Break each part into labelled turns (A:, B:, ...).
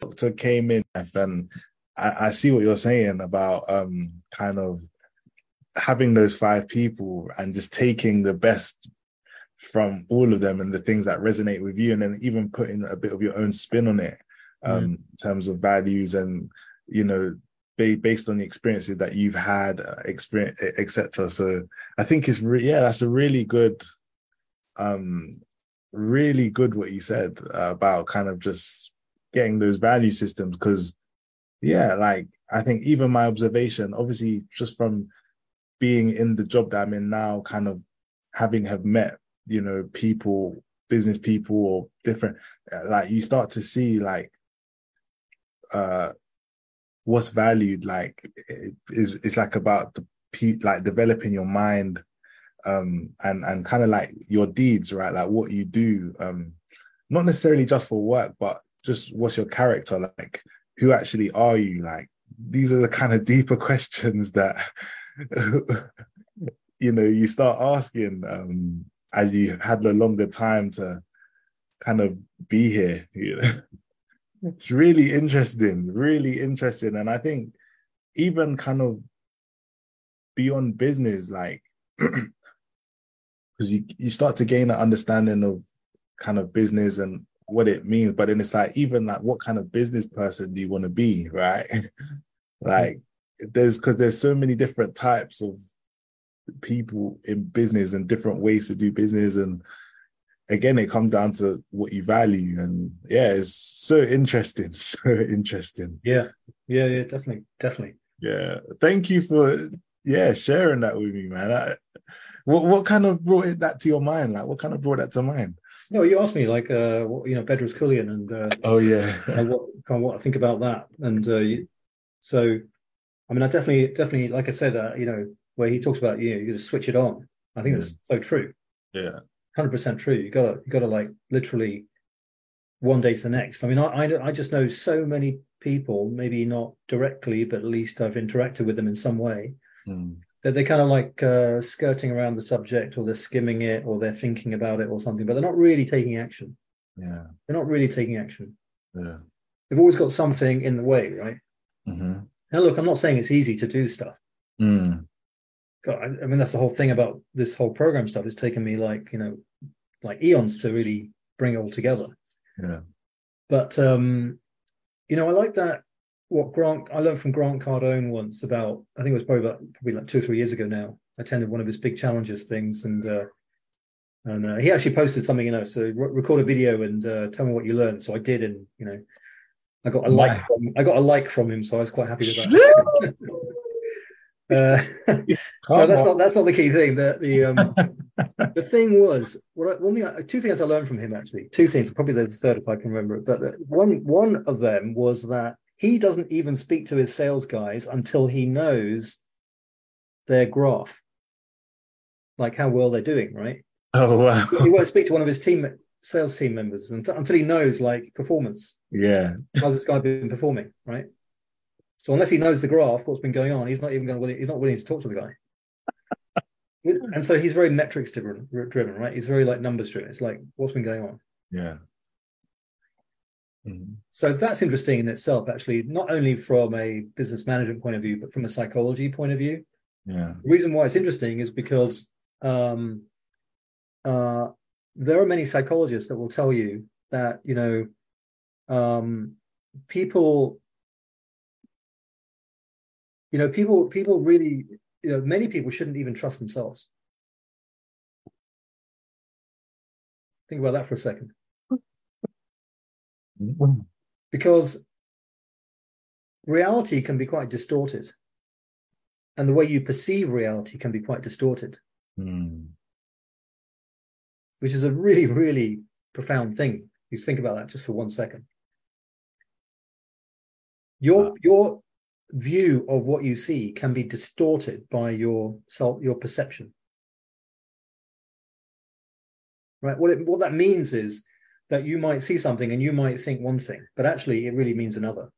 A: doctor came in and I, I see what you're saying about um kind of having those five people and just taking the best from all of them and the things that resonate with you and then even putting a bit of your own spin on it um mm. in terms of values and you know ba- based on the experiences that you've had uh, experience etc so i think it's re- yeah that's a really good um really good what you said uh, about kind of just getting those value systems because yeah like i think even my observation obviously just from being in the job that i'm in now kind of having have met you know people business people or different uh, like you start to see like uh what's valued like it is it's like about the like developing your mind um and and kind of like your deeds right like what you do um not necessarily just for work but just what's your character like who actually are you like these are the kind of deeper questions that you know you start asking um as you had a longer time to kind of be here you know it's really interesting really interesting and i think even kind of beyond business like because you you start to gain an understanding of kind of business and what it means but then it's like even like what kind of business person do you want to be right like there's because there's so many different types of people in business and different ways to do business and again it comes down to what you value and yeah it's so interesting so interesting
B: yeah yeah yeah definitely definitely
A: yeah thank you for yeah sharing that with me man I, what what kind of brought it, that to your mind like what kind of brought that to mind
B: no you asked me like uh what, you know bedros Kullian and uh,
A: oh yeah
B: uh, what kind of what i think about that and uh you, so i mean i definitely definitely like i said uh, you know where he talks about you know you just switch it on i think yeah. that's so true
A: yeah
B: 100% true you gotta you gotta like literally one day to the next i mean I, I i just know so many people maybe not directly but at least i've interacted with them in some way
A: mm
B: that they're kind of like uh, skirting around the subject or they're skimming it or they're thinking about it or something, but they're not really taking action.
A: Yeah.
B: They're not really taking action.
A: Yeah.
B: They've always got something in the way, right?
A: Mm-hmm.
B: Now, look, I'm not saying it's easy to do stuff.
A: Mm.
B: God, I, I mean, that's the whole thing about this whole program stuff. It's taken me like, you know, like eons to really bring it all together.
A: Yeah.
B: But, um, you know, I like that what Grant I learned from Grant Cardone once about I think it was probably about probably like two or three years ago now. I attended one of his big challenges things and uh, and uh, he actually posted something you know so re- record a video and uh, tell me what you learned. So I did and you know I got a like wow. from I got a like from him so I was quite happy with that. Uh,
A: Oh,
B: no, that's not that's not the key thing. The the um, the thing was what I, one thing two things I learned from him actually two things probably the third if I can remember it but one one of them was that he doesn't even speak to his sales guys until he knows their graph, like how well they're doing, right?
A: Oh wow!
B: He won't speak to one of his team sales team members until he knows like performance.
A: Yeah,
B: how's this guy been performing, right? So unless he knows the graph, what's been going on, he's not even going to he's not willing to talk to the guy. and so he's very metrics driven, driven, right? He's very like numbers driven. It's like what's been going on.
A: Yeah. Hmm,
B: Mm-hmm. So that's interesting in itself, actually, not only from a business management point of view, but from a psychology point of view.
A: Yeah.
B: The reason why it's interesting is because um, uh, there are many psychologists that will tell you that, you know, um, people, you know, people, people really, you know, many people shouldn't even trust themselves. Think about that for a second because reality can be quite distorted and the way you perceive reality can be quite distorted
A: mm.
B: which is a really really profound thing you think about that just for one second your wow. your view of what you see can be distorted by your self your perception right what it, what that means is that you might see something and you might think one thing, but actually it really means another.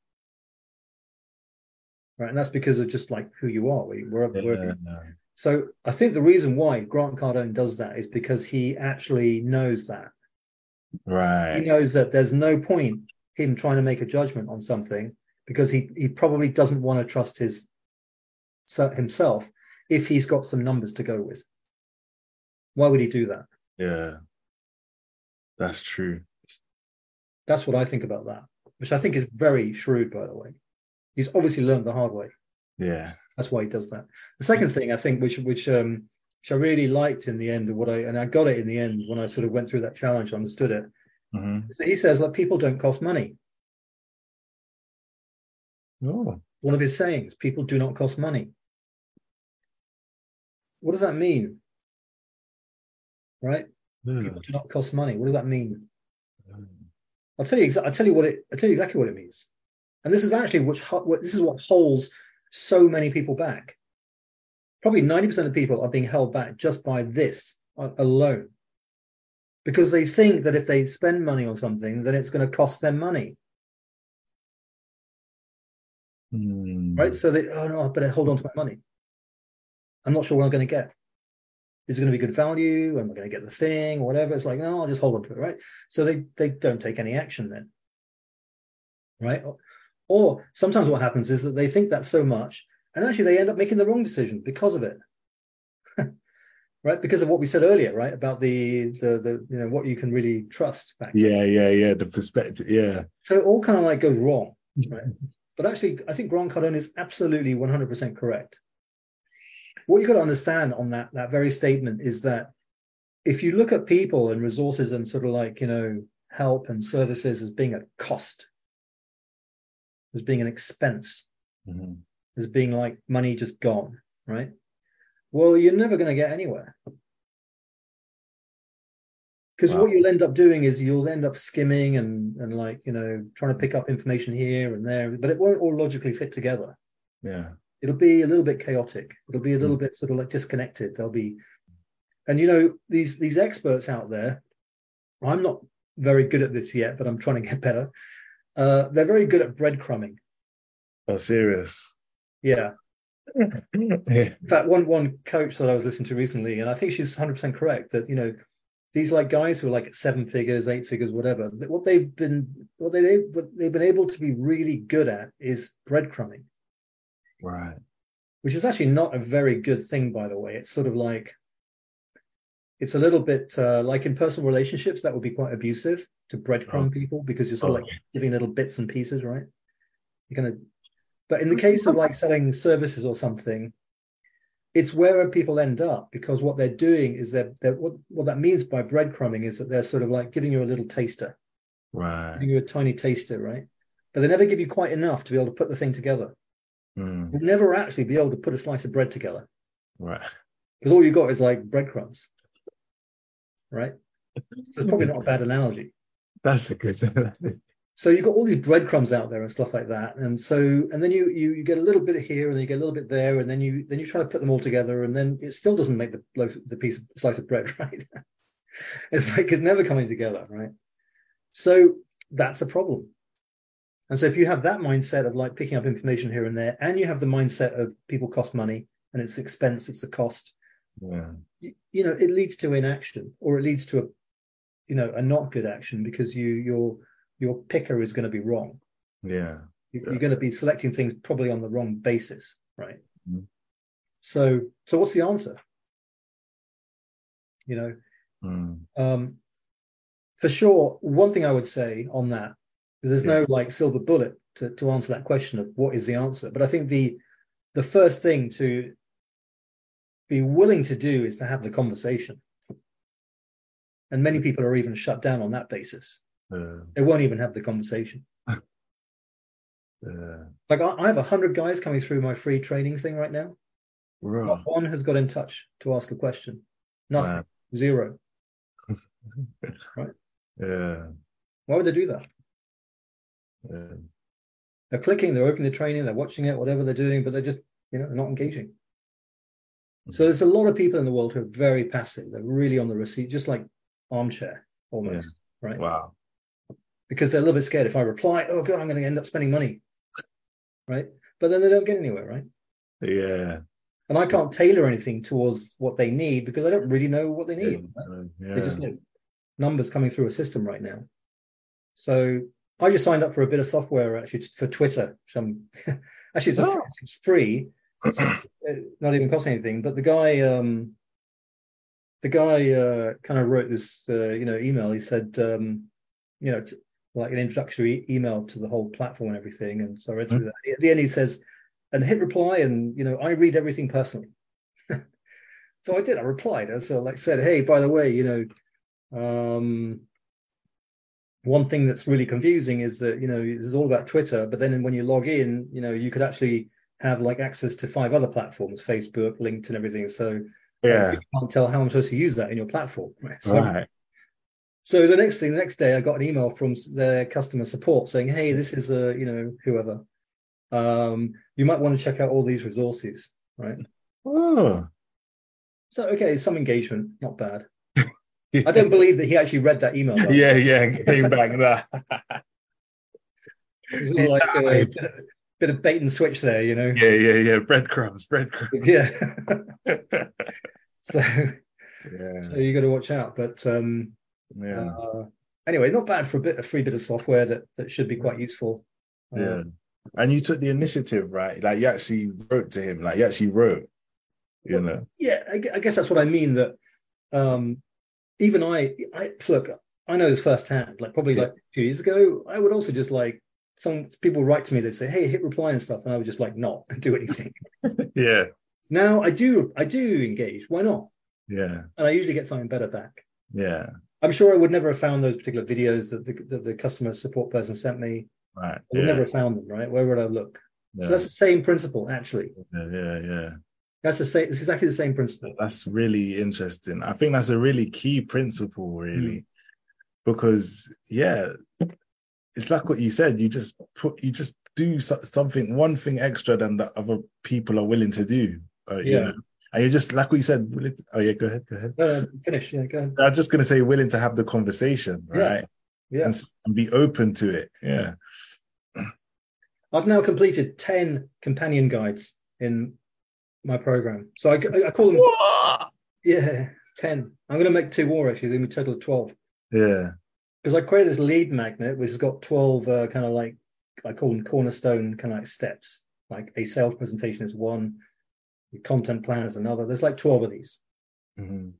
B: Right. And that's because of just like who you are, wherever, yeah, wherever. No. So I think the reason why Grant Cardone does that is because he actually knows that.
A: Right.
B: He knows that there's no point him trying to make a judgment on something because he he probably doesn't want to trust his so- himself if he's got some numbers to go with. Why would he do that?
A: Yeah. That's true.
B: That's what I think about that, which I think is very shrewd, by the way. He's obviously learned the hard way.
A: Yeah.
B: That's why he does that. The second thing I think, which which um, which I really liked in the end, of what I and I got it in the end when I sort of went through that challenge, understood it.
A: hmm
B: is that he says, "Like people don't cost money."
A: Oh,
B: One of his sayings: "People do not cost money." What does that mean? Right?
A: yeah.
B: People do not cost money. What does that mean? I'll tell you. Exa- I'll tell you what it. I'll tell you exactly what it means. And this is actually which ho- what this is what holds so many people back. Probably ninety percent of people are being held back just by this a- alone, because they think that if they spend money on something, then it's going to cost them money,
A: Hmm.
B: right? So they oh no, I better hold on to my money. I'm not sure what I'm going to get. Is it going to be good value? Am I going to get the thing? Whatever. It's like no, I'll just hold on to it, right? So they they don't take any action then. right? Or- Or sometimes what happens is that they think that so much, and actually they end up making the wrong decision because of it, right? Because of what we said earlier, right, about the the, the you know what you can really trust factor.
A: Yeah, yeah, yeah. The perspective. Yeah.
B: So it all kind of like goes wrong, right? but actually, I think Grant Cardone is absolutely one hundred percent correct. What you got to understand on that that very statement is that if you look at people and resources and sort of like you know help and services as being a cost, as being an expense,
A: Mhm.
B: as being like money just gone, right? Well, you're never going to get anywhere. Because
A: Wow.
B: what you'll end up doing is you'll end up skimming and, and like, you know, trying to pick up information here and there, but it won't all logically fit together.
A: Yeah.
B: It'll be a little bit chaotic. It'll be a little bit sort of like disconnected. There'll be, and you know, these these experts out there, I'm not very good at this yet, but I'm trying to get better. Uh, they're very good at breadcrumbing.
A: Oh, serious.
B: Yeah.
A: yeah.
B: In fact, one one coach that I was listening to recently, and I think she's 100 percent correct that you know these like guys who are like at seven figures, eight figures, whatever. that What they've been what they what they've been able to be really good at is breadcrumbing,
A: Right.
B: which is actually not a very good thing, by the way. It's sort of like it's a little bit uh, like in personal relationships that would be quite abusive to breadcrumb
A: Oh.
B: people because you're sort of
A: Oh.
B: like giving little bits and pieces, right? You're gonna But in the case of like selling services or something, it's where people end up because what they're doing is they're, they're what, what that means by breadcrumbing is that they're sort of like giving you a little taster,
A: Right.
B: giving you a tiny taster, right? But they never give you quite enough to be able to put the thing together.
A: Mm.
B: You'll never actually be able to put a slice of bread together
A: Right.
B: because all you got is like breadcrumbs, right? So it's probably not a bad analogy.
A: That's a good.
B: so you've got all these breadcrumbs out there and stuff like that and so and then you, you you get a little bit here and then you get a little bit there and then you then you try to put them all together and then it still doesn't make the loaf, the piece of slice of bread right it's like it's never coming together right so that's a problem and so if you have that mindset of like picking up information here and there and you have the mindset of people cost money and it's expense it's a cost
A: yeah.
B: you, you know it leads to inaction or it leads to a you know a not good action because you your your picker is going to be wrong
A: Yeah.
B: you-
A: Yeah.
B: you're going to be selecting things probably on the wrong basis right
A: Mhm.
B: so so what's the answer you know
A: Mm.
B: um for sure one thing i would say on that is there's no like silver bullet to, to answer that question of what is the answer but i think the the first thing to be willing to do is to have the conversation and many people are even shut down on that basis
A: Yeah.
B: they won't even have the conversation
A: Yeah.
B: Like I, I have a hundred guys coming through my free training thing right now. Not
A: Bro.
B: one has got in touch to ask a question. Nothing.
A: Oh. Wow.
B: Zero.
A: Yeah.
B: Why would they do that?
A: Yeah.
B: They're clicking, they're opening the training, they're watching it, whatever they're doing, but they're just, you know, they're not engaging.
A: Mm-hmm.
B: So there's a lot of people in the world who are very passive. They're really on the receipt, just like armchair almost, right?
A: Wow.
B: Because they're a little bit scared. If I reply, oh god, I'm going to end up spending money, right? But then they don't get anywhere, right?
A: Yeah.
B: And I can't tailor anything towards what they need because I don't really know what they need.
A: Yeah.
B: They're just like numbers coming through a system right now. So I just signed up for a bit of software actually for Twitter. Some actually it's, a-
A: Oh.
B: it's free, it's uh, not even costing anything. But the guy, um, the guy uh, kind of wrote this, uh, you know, email. He said, um, you know, t- like an introductory e- email to the whole platform and everything. And so I read through that. At the end, he says, and hit reply, and you know, I read everything personally. so I did. I replied. I so like said, hey, by the way, you know. Um, one thing that's really confusing is that you know it's all about Twitter, but then when you log in, you know you could actually have like access to five other platforms, Facebook, LinkedIn, everything. So
A: Yeah.
B: you can't tell how I'm supposed to use that in your platform. Right? So,
A: Right.
B: so the next thing, the next day, I got an email from s- their customer support saying, "Hey, this is a you know whoever, um, you might want to check out all these resources." Right.
A: Oh.
B: So okay, some engagement, not bad. I don't believe that he actually read that email. though.
A: Yeah, yeah, came back that.
B: It was a little like a bit of, bit of bait and switch there, you know.
A: yeah, yeah, yeah. Breadcrumbs, breadcrumbs.
B: yeah.
A: yeah,
B: so so you got to watch out but um
A: yeah,
B: uh, anyway not bad for a bit a free bit of software that that should be quite useful Uh,
A: yeah. And you took the initiative, right? Like you actually wrote to him. Like you actually wrote. You know.
B: yeah I, gue- I guess that's what i mean that um even i i look i know this firsthand like probably
A: Yeah.
B: like a few years ago i would also just like some people write to me they'd say hey hit reply and stuff and i would just like not do anything
A: Yeah,
B: now i do i do engage why not
A: yeah,
B: and i usually get something better back
A: yeah.
B: i'm sure i would never have found those particular videos that the, that the customer support person sent me
A: Right.
B: I would
A: Yeah,
B: never have found them, right? Where would I look?
A: yeah,
B: So that's the same principle, actually.
A: yeah, yeah, yeah.
B: That's the same. It's exactly the same principle.
A: That's really interesting. I think that's a really key principle, really,
B: Mm.
A: because yeah, it's like what you said. You just put, you just do so- something, one thing extra than that other people are willing to do. Uh, You
B: Yeah.
A: know? And you're just like what you said. Willing to, oh yeah, go ahead, go ahead.
B: No, no, finish. Yeah, go ahead.
A: I'm just gonna say willing to have the conversation,
B: Yeah.
A: right?
B: Yeah.
A: And, s- and be open to it. Yeah.
B: I've now completed ten companion guides in my program. So I, I call them yeah ten. I'm going to make two more actually. There's going to be a total of twelve
A: Yeah.
B: because I created this lead magnet which has got twelve uh, kind of like I call them cornerstone kind of like steps. Like a sales presentation is one, your content plan is another. There's like twelve of these.
A: hmm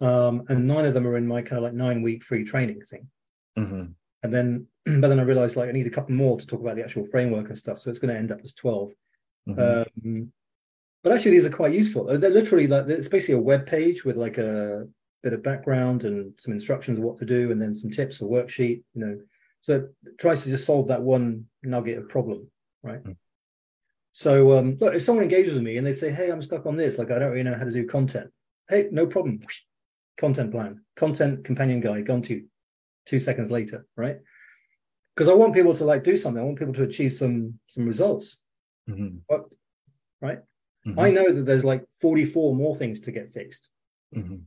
B: Mm-hmm. um, and nine of them are in my kind of like nine week free training thing.
A: hmm
B: And then, but then I realized like I need a couple more to talk about the actual framework and stuff. So it's going to end up as 12.
A: Mm-hmm.
B: Um, but actually, these are quite useful. Uh, They're literally like it's basically a web page with like a bit of background and some instructions of what to do, and then some tips, a worksheet, you know. So it tries to just solve that one nugget of problem, right?
A: Mm.
B: So um, look, if someone engages with me and they say, "Hey, I'm stuck on this. Like, I don't really know how to do content." Hey, no problem. Content plan, content companion guide, gone to two seconds later, right? Because I want people to like do something. I want people to achieve some some results.
A: Mhm.
B: But- right?
A: Mhm.
B: I know that there's like 44 more things to get fixed,
A: Mhm.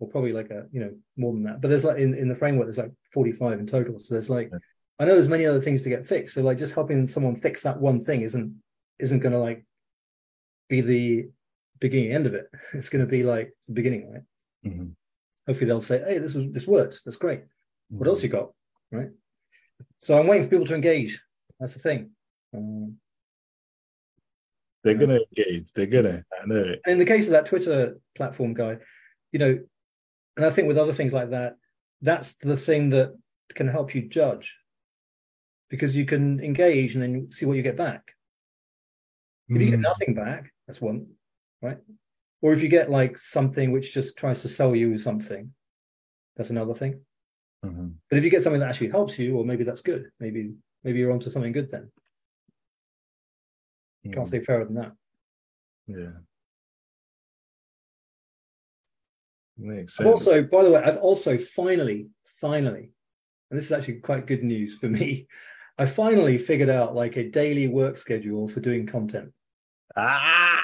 B: or probably like a you know more than that. But there's like in, in the framework, there's like 45 in total. So there's like I know there's many other things to get fixed. So like just helping someone fix that one thing isn't isn't going to like be the beginning end of it. It's going to be like the beginning, right?
A: Mhm.
B: Hopefully they'll say, hey, this was this works. That's great. What else
A: Mhm.
B: you got, right? So I'm waiting for people to engage. That's the thing. Um,
A: They're gonna engage. They're gonna. I know it.
B: And in the case of that Twitter platform guy, you know, and I think with other things like that, that's the thing that can help you judge because you can engage and then see what you get back. If you get
A: Mm.
B: nothing back, that's one, right? Or if you get like something which just tries to sell you something, that's another thing.
A: Mhm.
B: But if you get something that actually helps you, or maybe that's good, maybe maybe you're onto something good then. Can't
A: Mm.
B: say fairer than that.
A: Yeah. Makes
B: I've
A: sense.
B: also, by the way, I've also finally, finally, and this is actually quite good news for me. I finally figured out like a daily work schedule for doing content.
A: Ah!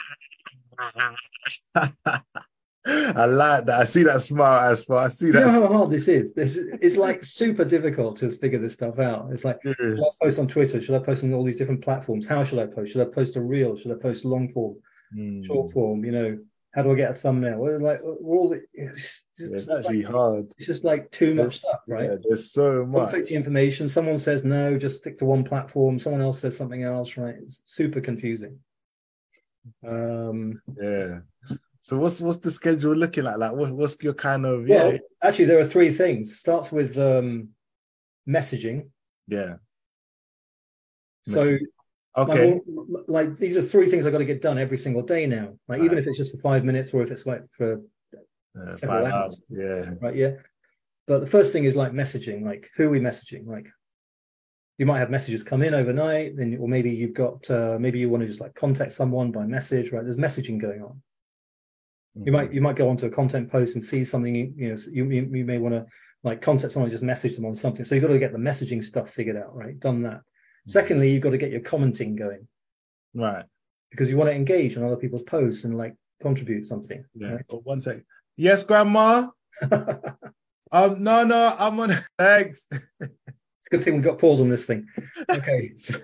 A: I like that. I see that smile as far. I see
B: You know
A: that
B: how hard this is. This is- it's like super difficult to figure this stuff out. It's like, should
A: serious.
B: I post on Twitter? Should I post on all these different platforms? How should I post? Should I post a reel? Should I post long form,
A: Mm.
B: short form? You know, how do I get a thumbnail? Well, like we're all it's just,
A: It's
B: like,
A: actually hard.
B: it's just like too much stuff, right?
A: Yeah, there's so much.
B: Conflicting information. Someone says no, just stick to one platform. Someone else says something else, right? It's super confusing. Um,
A: Yeah. So what's what's the schedule looking like? Like what, what's your kind of yeah
B: well, actually, there are three things. Starts with um, messaging.
A: yeah
B: So, my
A: okay
B: whole- like these are three things I've got to get done every single day now. Like even
A: Right.
B: if it's just for five minutes, or if it's like for
A: Yeah,
B: several
A: Uh, five
B: hours.
A: hours. yeah
B: right? Yeah. But the first thing is like messaging, like who are we messaging? Like you might have messages come in overnight, then or maybe you've got uh, maybe you want to just like contact someone by message, right? There's messaging going on. You might you might go onto a content post and see something you you know so you you, you may want to like contact someone and just message them on something. So you've got to get the messaging stuff figured out, right? Done that.
A: Mm-hmm.
B: Secondly, you've got to get your commenting going
A: Mm. right
B: because you want to engage on other people's posts and like contribute something.
A: yeah oh, one sec yes grandma
B: right?
A: um no no I'm on thanks
B: It's a good thing we got pause on this thing. Okay. So,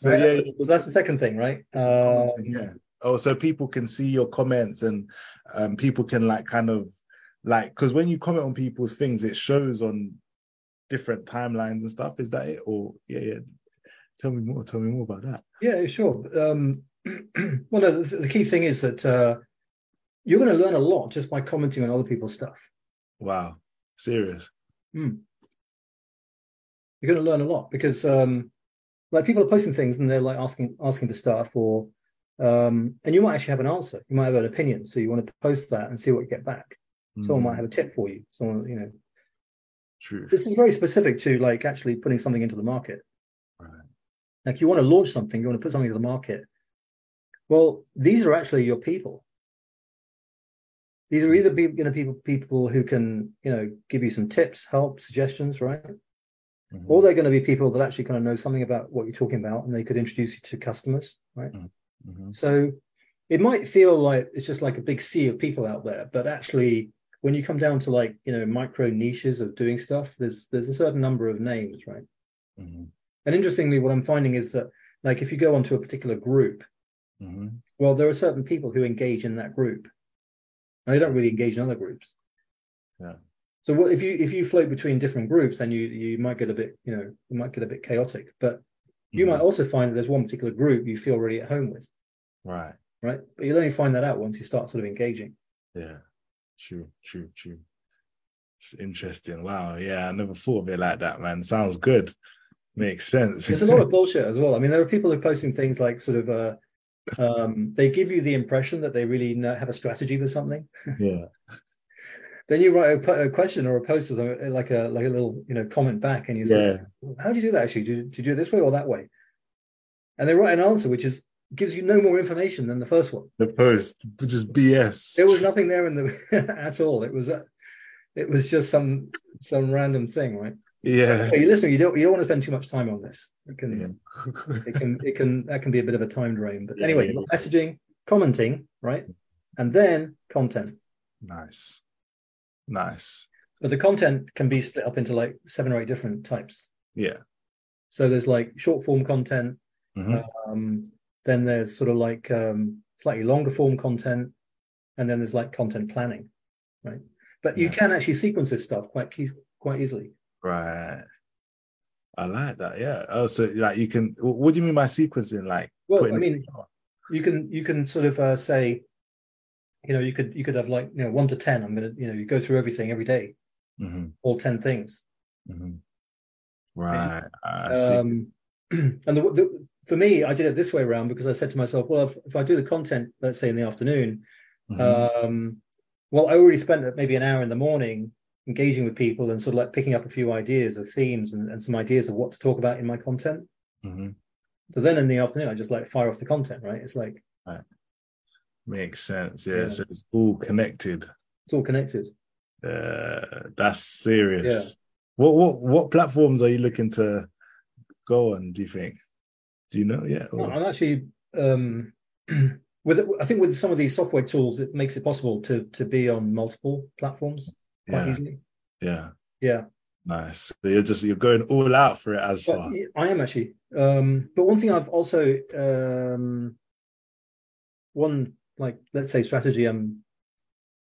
A: so
B: Right,
A: yeah
B: that's,
A: you
B: so that's the second thing, right? Um,
A: can- yeah oh so people can see your comments and um people can like kind of like because when you comment on people's things it shows on different timelines and stuff is that it or yeah yeah tell me more tell me more about that
B: yeah, sure. Um, well, no, the, the key thing is that uh, you're going to learn a lot just by commenting on other people's stuff.
A: wow serious
B: You're going to learn a lot because, um, like, people are posting things and they're like asking asking for stuff, or um, and you might actually have an answer. You might have an opinion, so you want to post that and see what you get back. Someone
A: Mm,
B: might have a tip for you. Someone, you know,
A: true
B: this is very specific to like actually putting something into the market.
A: Right.
B: Like you want to launch something, you want to put something to the market. Well, these are actually your people. These are either be, you know people people who can you know give you some tips, help, suggestions, right?
A: Mhm.
B: Or they're going to be people that actually kind of know something about what you're talking about, and they could introduce you to customers, right?
A: Mhm.
B: So it might feel like it's just like a big sea of people out there, but actually, when you come down to like you know micro niches of doing stuff, there's there's a certain number of names, right?
A: Mhm.
B: And interestingly, what I'm finding is that like if you go onto a particular group,
A: Mhm.
B: well, there are certain people who engage in that group, and they don't really engage in other groups.
A: Yeah.
B: So what if you if you float between different groups, then you you might get a bit you know you might get a bit chaotic, but you
A: Mhm.
B: might also find that there's one particular group you feel really at home with.
A: Mm-hmm. right
B: right? But you'll only find that out once you start sort of engaging.
A: Yeah, true, true, true. It's interesting. Wow. Yeah, I never thought of it like that, man. Sounds good. Makes sense.
B: There's a lot of bullshit as well. I mean, there are people who are posting things like sort of, uh, um, they give you the impression that they really know, have a strategy for something.
A: yeah.
B: Then you write a, po- a question or a post or something, like a like a little you know comment back, and you say,
A: Yeah.
B: "How do you do that? Actually, do you, do you do it this way or that way?" And they write an answer which is gives you no more information than the first one.
A: The post, just BS.
B: There was nothing there in the at all. It was uh, it was just some some random thing, right?
A: Yeah.
B: Hey, listen, you don't you don't want to spend too much time on this. It can
A: Yeah.
B: it can it can that can be a bit of a time drain. But
A: Yeah,
B: anyway,
A: yeah,
B: you've got messaging, commenting, right, and then content.
A: nice. Nice.
B: But the content can be split up into like seven or eight different types.
A: Yeah.
B: So there's like short form content.
A: Mhm.
B: Um, then there's sort of like um, slightly longer form content, and then there's like content planning, right? But you
A: Yeah.
B: can actually sequence this stuff quite key, quite easily.
A: Right. I like that. Yeah. Oh, so like you can. wh- What do you mean by sequencing? Like,
B: Well,
A: putting
B: I
A: it-
B: mean, you can you can sort of uh, say, you know, you could you could have like you know one to ten. I'm gonna you know you go through everything every day,
A: Mhm,
B: all ten things.
A: mhm. right. I see.
B: um, and the, the, for me, I did it this way around because I said to myself, well, if, if I do the content, let's say in the afternoon,
A: Mhm.
B: um, well, I already spent maybe an hour in the morning engaging with people and sort of like picking up a few ideas of themes and, and some ideas of what to talk about in my content.
A: Mhm.
B: So then in the afternoon, I just like fire off the content, right? It's like
A: Makes sense.
B: Yeah.
A: yeah. So it's all connected.
B: it's all connected.
A: Uh, that's serious. What what what platforms are you looking to go on? Do you think? Do you know? Yeah.
B: No,
A: or-
B: I'm actually um, with I think with some of these software tools, it makes it possible to to be on multiple platforms quite
A: yeah.
B: easily.
A: Yeah.
B: Yeah.
A: Nice. So you're just you're going all out for it as
B: But
A: far.
B: y- I am actually. Um, but one thing I've also um, one like let's say strategy I'm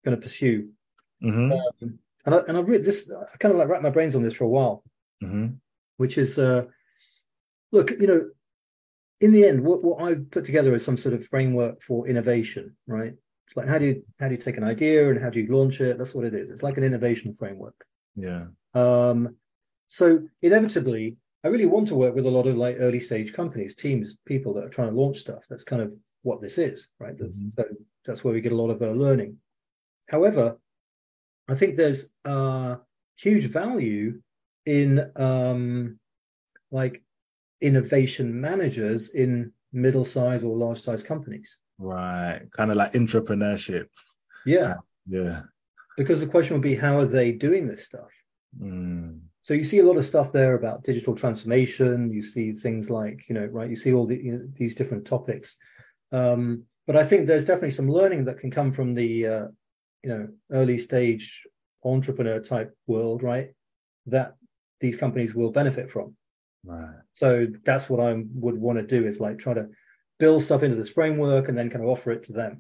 B: going to pursue.
A: hmm
B: Um, and I, and I read this. I kind of like wrapped my brains on this for a while,
A: hmm
B: which is uh, look, you know, in the end, what, what I've put together is some sort of framework for innovation, right? It's Like how do you how do you take an idea and how do you launch it? That's what it is. It's like an innovation framework.
A: Yeah.
B: Um, so inevitably, I really want to work with a lot of like early stage companies, teams, people that are trying to launch stuff. That's kind of what this is, right? That's,
A: Mhm.
B: So that's where we get a lot of our learning. However, I think there's uh, huge value in um, like innovation managers in middle size or large size companies.
A: Right. Kind of like entrepreneurship.
B: Yeah,
A: Yeah.
B: because the question would be, how are they doing this stuff?
A: Mm.
B: So you see a lot of stuff there about digital transformation. You see things like, you know, right? You see all the, you know, these different topics. Um, but I think there's definitely some learning that can come from the, uh, you know, early stage entrepreneur type world, right? That these companies will benefit from.
A: Right.
B: So that's what I would want to do is like try to build stuff into this framework and then kind of offer it to them.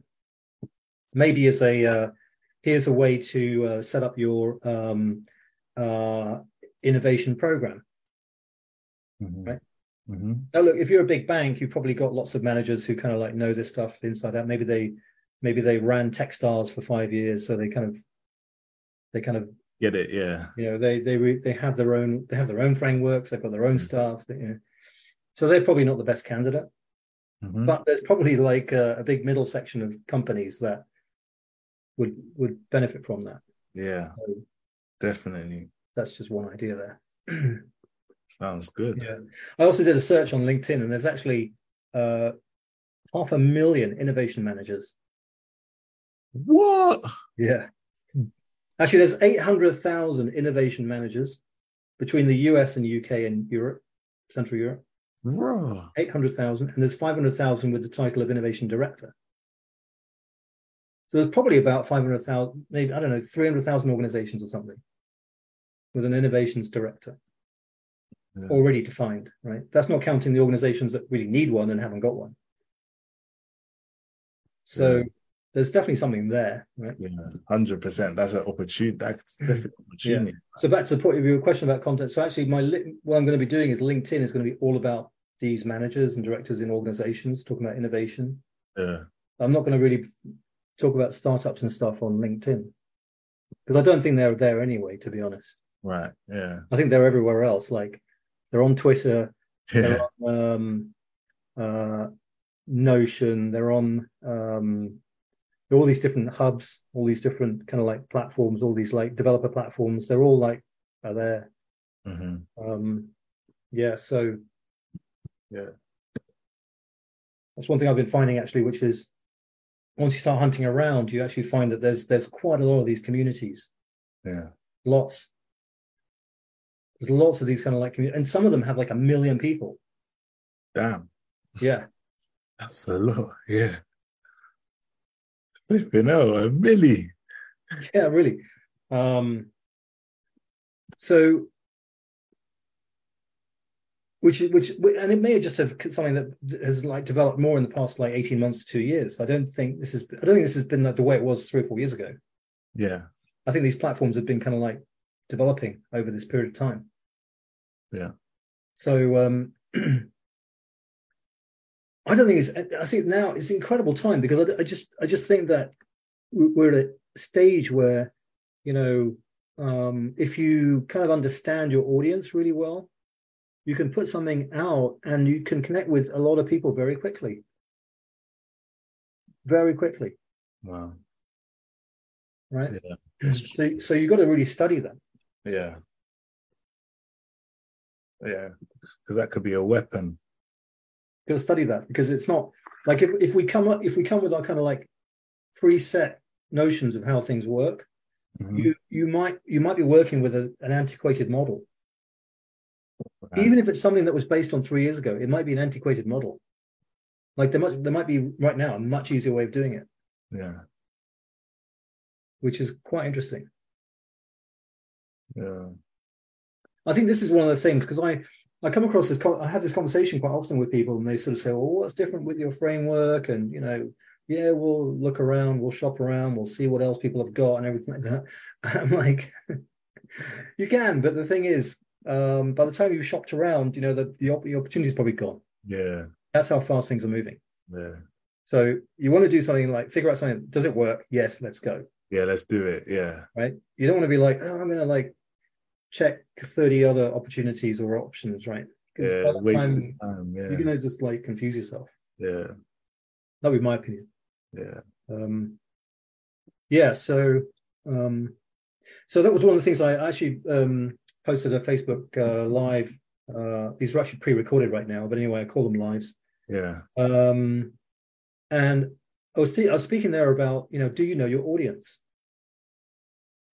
B: Maybe as a uh, here's a way to uh, set up your um, uh, innovation program.
A: Mhm.
B: Right.
A: Mhm.
B: Now, look, if you're a big bank, you've probably got lots of managers who kind of like know this stuff inside out. Maybe they maybe they ran Techstars for five years, so they kind of they kind of
A: Get it. Yeah.
B: you know they they re, they have their own they have their own frameworks. They've got their own
A: Mhm.
B: staff. They, you know. So they're probably not the best candidate.
A: Mhm.
B: but there's probably like a, a big middle section of companies that would would benefit from that.
A: Yeah.
B: So-
A: Definitely.
B: That's just one idea there.
A: Sounds good.
B: yeah, I also did a search on LinkedIn, and there's actually uh, half a million innovation managers.
A: What?
B: Yeah, actually, there's eight hundred thousand innovation managers between the US and UK and Europe, Central Europe.
A: Bro.
B: Eight hundred thousand, and there's five hundred thousand with the title of innovation director. So there's probably about 500,000, maybe, I don't know, 300,000 organizations or something with an innovations director
A: Yeah.
B: already defined, right? That's not counting the organizations that really need one and haven't got one. So
A: Yeah.
B: there's definitely something there, right?
A: Yeah, hundred percent. That's an opportunity. That's
B: Hmm.
A: definitely an opportunity.
B: So back to the point of your question about content. So actually, my li- what I'm going to be doing is LinkedIn is going to be all about these managers and directors in organizations talking about innovation.
A: Yeah,
B: I'm not going to really talk about startups and stuff on LinkedIn because I don't think they're there anyway, to be honest.
A: right. Yeah,
B: I think they're everywhere else. Like they're on Twitter,
A: yeah,
B: they're on um, uh, Notion, they're on um, they're all these different hubs, all these different kind of like platforms, all these like developer platforms. They're all like are there.
A: hmm
B: Um, yeah, so
A: Yeah.
B: that's one thing I've been finding actually, which is once you start hunting around, you actually find that there's there's quite a lot of these communities,
A: yeah.
B: lots. There's lots of these kind of like communities, and some of them have like a million people.
A: Damn,
B: Yeah.
A: that's a lot. Yeah, flipping hell, a milli.
B: yeah really um so which is which and it may just have something that has like developed more in the past like 18 months to two years i don't think this is i don't think this has been like the way it was three or four years ago
A: Yeah,
B: i think these platforms have been kind of like developing over this period of time
A: Yeah.
B: so um i don't think it's i think now it's an incredible time because i, I just i just think that we- we're at a stage where you know um if you kind of understand your audience really well you can put something out and you can connect with a lot of people very quickly very quickly
A: wow.
B: right
A: Yeah, that's true.
B: so, so you've got to really study that
A: yeah, yeah. Because that could be a weapon.
B: got to study that because it's not like if, if we come up if we come with our kind of like preset notions of how things work
A: Mhm.
B: you you might you might be working with a, an antiquated model
A: Right.
B: even if it's something that was based on three years ago it might be an antiquated model like there might there might be right now a much easier way of doing it
A: Yeah,
B: which is quite interesting
A: yeah,
B: i think this is one of the things because i i come across this con- i have this conversation quite often with people and they sort of say well what's different with your framework and you know yeah, we'll look around, we'll shop around, we'll see what else people have got and everything like that. I'm like, you can, but the thing is, um, by the time you've shopped around, you know, the, the, op- the opportunity's probably gone.
A: Yeah.
B: That's how fast things are moving.
A: Yeah.
B: So you want to do something like figure out something. Does it work? Yes, let's go.
A: Yeah. Let's do it. Yeah.
B: Right. You don't want to be like, oh, I'm going to like check 30 other opportunities or options, right? 'Cause
A: Yeah.
B: by that
A: Wasted
B: time,
A: time.
B: You're
A: Yeah.
B: going to just like confuse yourself.
A: Yeah.
B: That'd be my opinion.
A: Yeah.
B: um yeah so um so that was one of the things i actually um posted a facebook uh live uh these are actually pre-recorded right now but anyway i call them lives
A: Yeah.
B: um and i was, I was speaking there about you know do you know your audience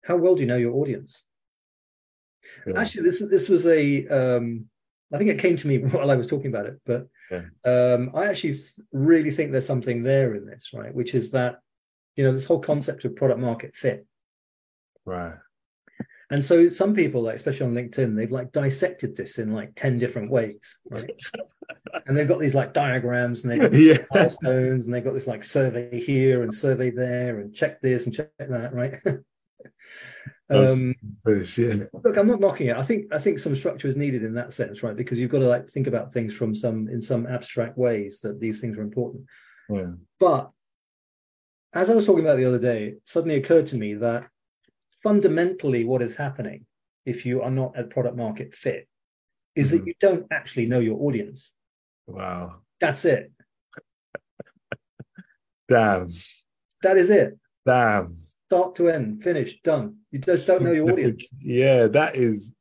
B: how well do you know your audience
A: Yeah.
B: actually this this was a um i think it came to me while i was talking about it but
A: Yeah.
B: um i actually th- really think there's something there in this right which is that you know this whole concept of product market fit
A: Right.
B: and so some people like especially on linkedin they've like dissected this in like 10 different ways right and they've got these like diagrams and they've got
A: Yeah.
B: milestones and they've got this like survey here and survey there and check this and check that right
A: Nice.
B: um
A: Oh, shit.
B: look i'm not knocking it i think i think some structure is needed in that sense right because you've got to like think about things from some in some abstract ways that these things are important
A: Yeah.
B: but as i was talking about the other day it suddenly occurred to me that fundamentally what is happening if you are not at product market fit is that
A: Mhm.
B: you don't actually know your audience
A: Wow.
B: that's it
A: Damn.
B: that is it
A: Damn.
B: start to end finish done you just don't know your audience
A: yeah. That is.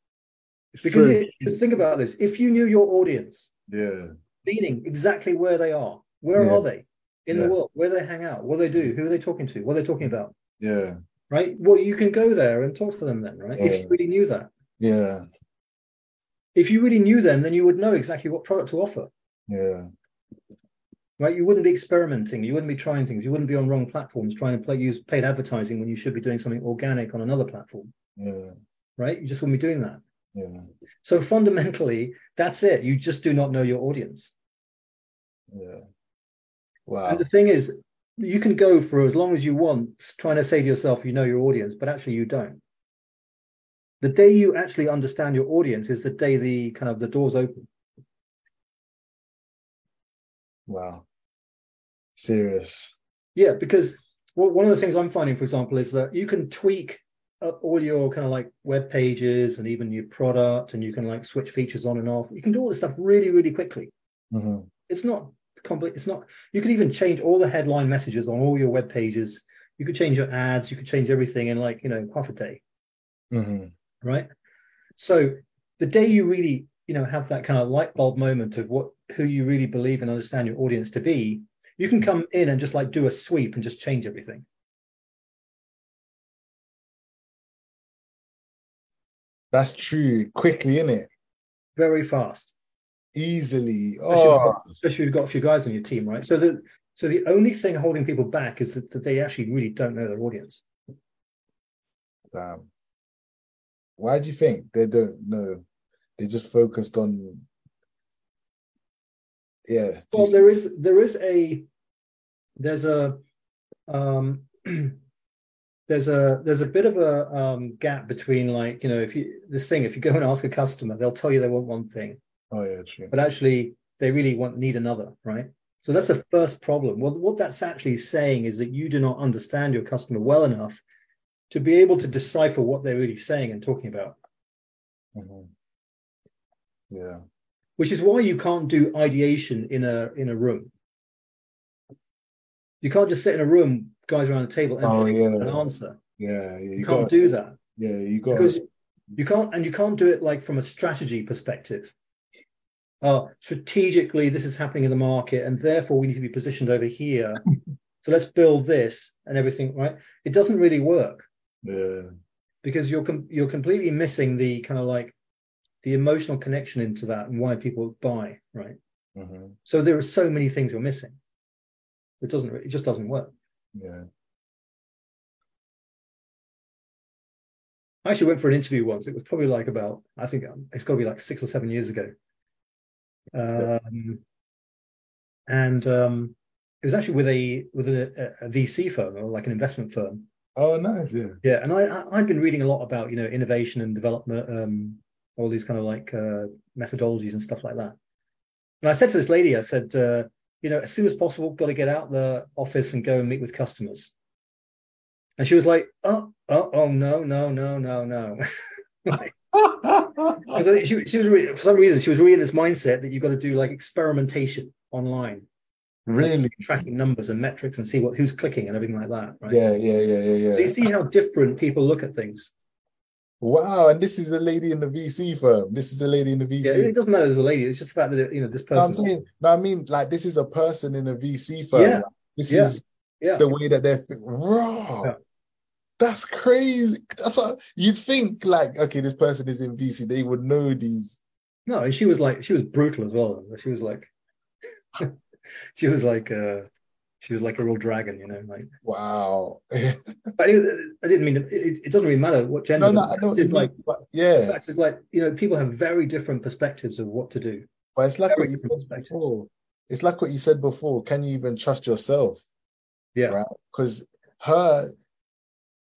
B: because
A: so-
B: it, because think about this if you knew your audience
A: yeah.
B: meaning exactly where they are. Where
A: Yeah.
B: are they in
A: Yeah.
B: the world? Where they hang out? What do they do? Who are they talking to? What are they talking about?
A: Yeah.
B: Right? Well, you can go there and talk to them then, right? If
A: Yeah.
B: you really knew that.
A: Yeah.
B: If you really knew them, then you would know exactly what product to offer.
A: Yeah.
B: Right? You wouldn't be experimenting, you wouldn't be trying things, you wouldn't be on wrong platforms trying to play use paid advertising when you should be doing something organic on another platform,
A: Yeah.
B: right? You just wouldn't be doing that.
A: Yeah.
B: So fundamentally, that's it. You just do not know your audience.
A: Yeah. Wow.
B: And the thing is, you can go for as long as you want trying to say to yourself, you know your audience, but actually you don't. The day you actually understand your audience is the day the kind of the doors open.
A: Wow. Serious.
B: Yeah, because well, one of the things I'm finding, for example, is that you can tweak uh, all your kind of like web pages and even your product, and you can like switch features on and off. You can do all this stuff really, really quickly.
A: hmm
B: It's not complex. It's not. You can even change all the headline messages on all your web pages. You could change your ads. You could change everything in like you know half a day.
A: hmm
B: right so the day you really you know have that kind of light bulb moment of what who you really believe and understand your audience to be you can come in and just like do a sweep and just change everything
A: That's true. Quickly, in it.
B: very fast
A: Easily.
B: Especially if you've
A: Oh.
B: got- especially if you've got a few guys on your team right so the so the only thing holding people back is that, that they actually really don't know their audience
A: Damn. Why do you think they don't know? They just focused on. Yeah. do
B: well
A: you-
B: there is there is a there's a um there's a there's a bit of a um gap between like you know if you this thing if you go and ask a customer they'll tell you they want one thing
A: oh yeah, true.
B: but actually they really want need another right so that's the first problem well what that's actually saying is that you do not understand your customer well enough to be able to decipher what they're really saying and talking about
A: Mhm. Yeah.
B: which is why you can't do ideation in a in a room you can't just sit in a room guys around the table and
A: Oh,
B: figure out
A: yeah.
B: an answer
A: Yeah. yeah you,
B: you, can't
A: got.
B: do that
A: Yeah. You got.
B: because you can't and you can't do it like from a strategy perspective uh strategically this is happening in the market and therefore we need to be positioned over here so let's build this and everything right it doesn't really work
A: Yeah.
B: because you're com- you're completely missing the kind of like the emotional connection into that and why people buy right
A: hmm
B: so there are so many things you're missing it doesn't re- it just doesn't work
A: Yeah.
B: I actually went for an interview once. It was probably like about, I think um, it's got to be like six or seven years ago. Um, and um, was actually with a with a, a VC firm or like an investment firm.
A: Oh, nice. Yeah.
B: Yeah, and I I- I've been reading a lot about you know innovation and development, um, all these kind of like uh, methodologies and stuff like that. And I said to this lady, I said, uh, you know, as soon as possible, got to get out the office and go and meet with customers. And she was like, oh, oh, oh, no, no, no, no, no. 'Cause I think she, she was really, for some reason she was really in this mindset that you've got to do like experimentation online,
A: really?
B: tracking numbers and metrics and see what who's clicking and everything like that. Right.
A: Yeah, yeah, yeah, yeah,
B: So
A: yeah.
B: you see how different people look at things.
A: Wow, and this is a lady in the VC firm. This is a lady in the VC.
B: Yeah, it doesn't matter as a lady. It's just the fact that you know this
A: No, I'm
B: person.
A: saying, no, I mean, like, this is a person in a VC firm.
B: Yeah.
A: Like, this
B: Yeah.
A: is
B: Yeah.
A: the way that they're fi- raw.
B: Yeah.
A: That's crazy. That's what you'd think, like, okay, this person is in VC, they would know these.
B: No, and she was like, she was brutal as well. She was like, she was like, uh, she was like a real dragon, you know. Like,
A: Wow.
B: but anyway, I didn't mean it, it. It doesn't really matter what
A: no,
B: gender.
A: no,
B: the
A: I know what
B: fact
A: you
B: is, like,
A: mean, but yeah,
B: the fact is like, you know, people have very different perspectives of what to do.
A: but it's like
B: very
A: what you
B: different
A: said
B: perspectives.
A: before. It's like what you said before. Can you even trust yourself?
B: Yeah.
A: Right. Because her,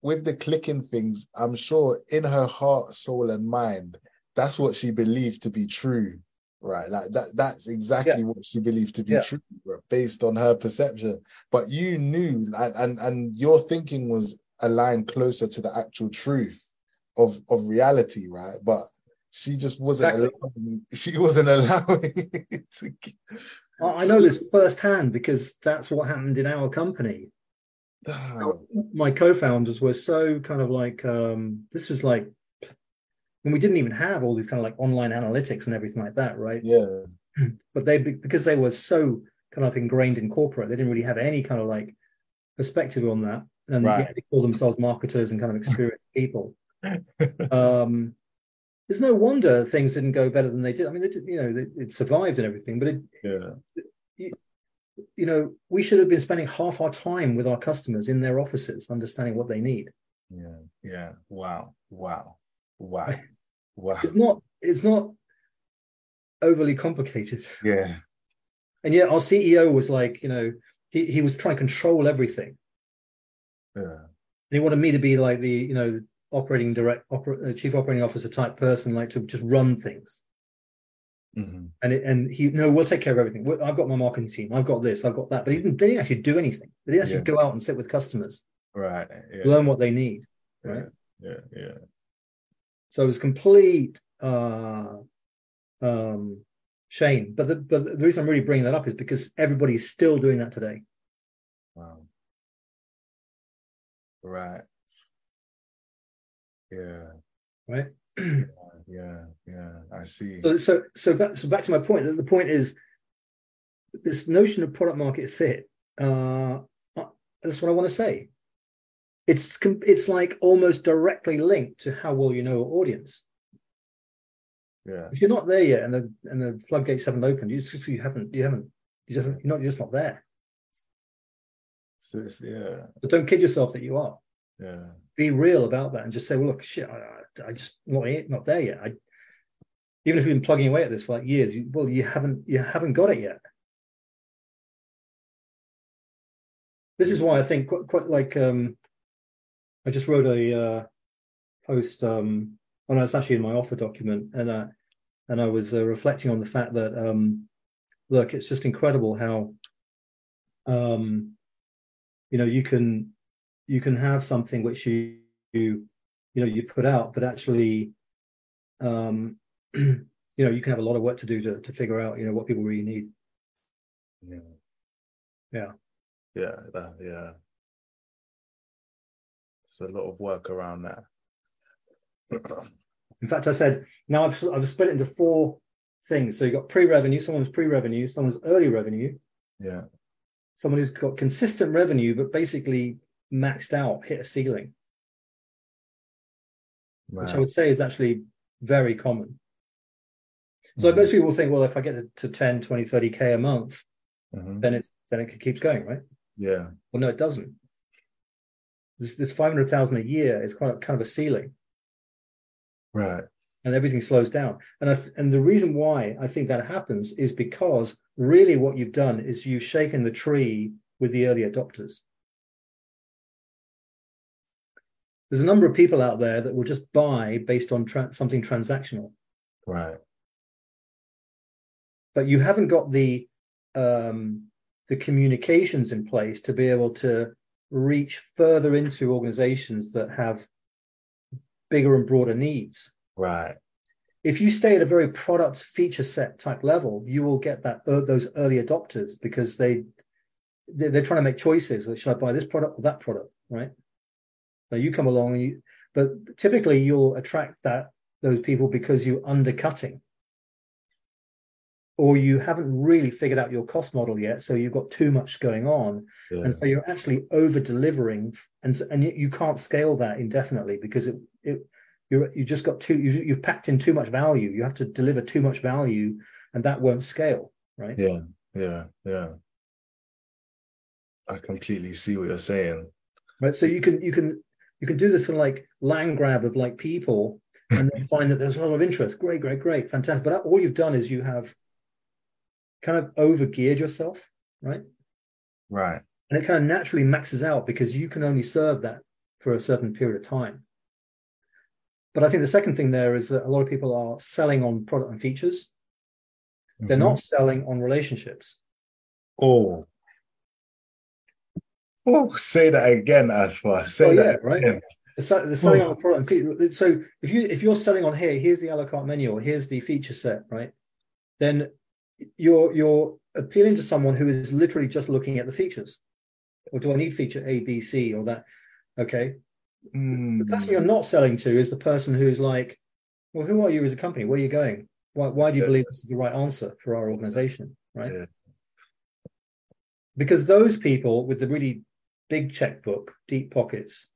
A: with the clicking things, I'm sure in her heart, soul, and mind, that's what she believed to be true. Right. Like that, that's exactly what she believed to be
B: Yeah.
A: true right, based on her perception. But you knew, like, and, and your thinking was aligned closer to the actual truth of, of reality. Right. But she just wasn't
B: Exactly.
A: allowing, she wasn't allowing it to get,
B: I, I know this firsthand because that's what happened in our company.
A: Damn.
B: my co-founders were so kind of like um this was like when we didn't even have all these kind of like online analytics and everything like that right
A: yeah.
B: but they because they were so kind of ingrained in corporate they didn't really have any kind of like perspective on that and
A: Right.
B: yeah, they call themselves marketers and kind of experienced people um there's no wonder things didn't go better than they did i mean they did, you know they, it survived and everything but it
A: Yeah.
B: you know we should have been spending half our time with our customers in their offices understanding what they need
A: Yeah. Yeah. Wow. Wow. Wow. Wow.
B: it's not it's not overly complicated
A: Yeah.
B: and yet our ceo was like you know he, he was trying to control everything and
A: Yeah.
B: he wanted me to be like the you know operating direct oper, uh, chief operating officer type person like to just run things
A: Mhm.
B: and it, and he no we'll take care of everything we i've got my marketing team i've got this i've got that but he didn't, they didn't actually do anything they didn't actually go out and sit with customers
A: Right. Yeah.
B: learn what they need
A: yeah.
B: right.
A: Yeah. Yeah.
B: so it was complete uh um shame but the, but the reason i'm really bringing that up is because everybody's still doing that today
A: Wow. Um, Right. Yeah.
B: right
A: Yeah. Yeah. I see.
B: So, so, so back, so back to my point. The the point is this notion of product market fit. Uh, uh, that's what I want to say. It's com- it's like almost directly linked to how well you know your audience.
A: Yeah.
B: If you're not there yet, and the and the floodgates haven't opened, you just you haven't you haven't you just you're not you're just not there.
A: So it's, yeah.
B: But don't kid yourself that you are.
A: Yeah.
B: Be real about that and just say, well, look, shit, I, I, I just not here- not there yet. I even if you've been plugging away at this for like years, you, well, you haven't you haven't got it yet. This is why I think quite, quite like um, I just wrote a uh, post. Um, and I was actually in my offer document, and I and I was uh, reflecting on the fact that um, look, it's just incredible how um, you know you can you can have something which you you you know you put out, but actually um, you know you can have a lot of work to do to, to figure out you know what people really need
A: Yeah.
B: Yeah.
A: Yeah. that- yeah. It's a lot of work around that.
B: in fact i said now i've, I've split it into four things so you've got pre-revenue someone's pre-revenue someone's early revenue
A: yeah.
B: someone who's got consistent revenue but basically maxed out hit a ceiling which i
A: Wow.
B: would say is actually very common so
A: Mm-hmm.
B: most people think well if i get to 10 20 30k a month
A: Mhm.
B: then it's then it keeps going right
A: Yeah.
B: well no it doesn't this, this 500000 a year is kind of, kind of a ceiling
A: Right.
B: and everything slows down. And I th- and the reason why I think that happens is because really what you've done is you've shaken the tree with the early adopters. There's a number of people out there that will just buy based on tra- something transactional,
A: Right.
B: but you haven't got the um, the communications in place to be able to reach further into organizations that have bigger and broader needs.
A: Right.
B: if you stay at a very product feature set type level, you will get that uh, those early adopters because they they're, they're trying to make choices. Like, should I buy this product or that product? Right. Now you come along, and you, but typically you'll attract that those people because you're undercutting, or you haven't really figured out your cost model yet, so you've got too much going on,
A: Yeah.
B: and so you're actually over delivering and s- and you- you can't scale that indefinitely because it it you're you just got too you, you've packed in too much value you have to deliver too much value and that won't scale right
A: Yeah. Yeah. Yeah. I completely see what you're saying.
B: right so you can you can you can do this sort of like land grab of like people and then find that there's a lot of interest great great great fantastic but all you've done is you have kind of over geared yourself right
A: Right.
B: and it kind of naturally maxes out because you can only serve that for a certain period of time. But I think the second thing there is that a lot of people are selling on product and features. They're
A: Mhm.
B: not selling on relationships.
A: Oh. Oh, say that again, Asma. Say
B: Oh, yeah,
A: that
B: right.
A: again.
B: They're, sell- they're selling
A: Oh.
B: on product and feature. So if you if you're selling on here, here's the a la carte menu or here's the feature set, right? Then you're you're appealing to someone who is literally just looking at the features. Or do I need feature A, B, C, or that? Okay. the person
A: Mm.
B: you're not selling to is the person who's like, well, who are you as a company? Where are you going? Why, why do you
A: Yeah.
B: believe this is the right answer for our organization? Right.
A: Yeah.
B: Because those people with the really big checkbook, deep pockets,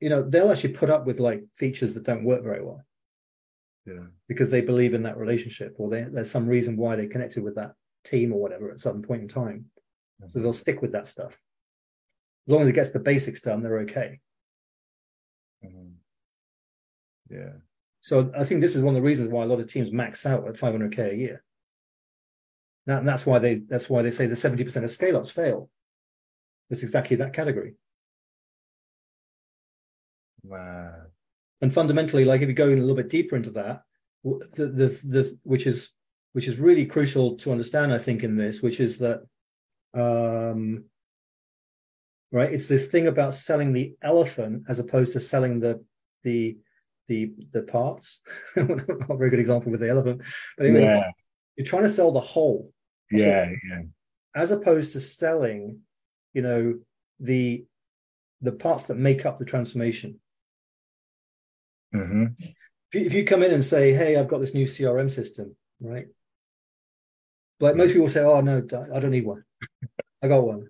B: you know, they'll actually put up with like features that don't work very well
A: Yeah.
B: because they believe in that relationship or they, there's some reason why they connected with that team or whatever at some point in time.
A: Mm-hmm.
B: So they'll stick with that stuff. As long as it gets the basics done, they're okay.
A: Mhm. Yeah.
B: So I think this is one of the reasons why a lot of teams max out at 500k a year. Now, and that's why they that's why they say the 70% of scale ups fail. That's exactly that category.
A: Man.
B: And fundamentally, like if you go in a little bit deeper into that, w- the, the the which is which is really crucial to understand, I think, in this, which is that, um, right? It's this thing about selling the elephant as opposed to selling the the the the parts. Not a very good example with the elephant, but anyway,
A: Yeah.
B: you're trying to sell the whole
A: Yeah. Yeah.
B: as opposed to selling you know the the parts that make up the transformation
A: hmm
B: if you, if you come in and say hey i've got this new crm system right like most people say oh no i don't need one i got one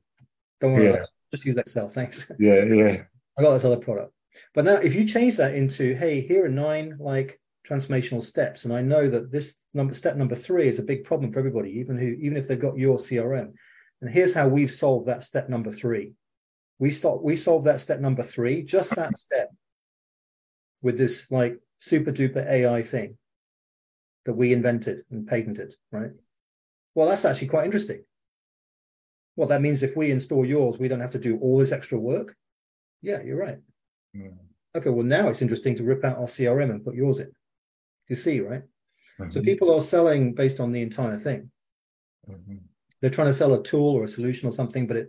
B: don't worry
A: Yeah.
B: about it. just use excel thanks
A: Yeah. Yeah.
B: i got this other product but now if you change that into hey here are nine like transformational steps and i know that this number step number three is a big problem for everybody even who even if they've got your crm and here's how we've solved that step number three we stop we solve that step number three just that step with this like super duper ai thing that we invented and patented right well that's actually quite interesting well that means if we install yours we don't have to do all this extra work yeah you're right
A: Mm.
B: okay well now it's interesting to rip out our crm and put yours in you see right so
A: Mhm.
B: people are selling based on the entire thing
A: Mhm.
B: they're trying to sell a tool or a solution or something but it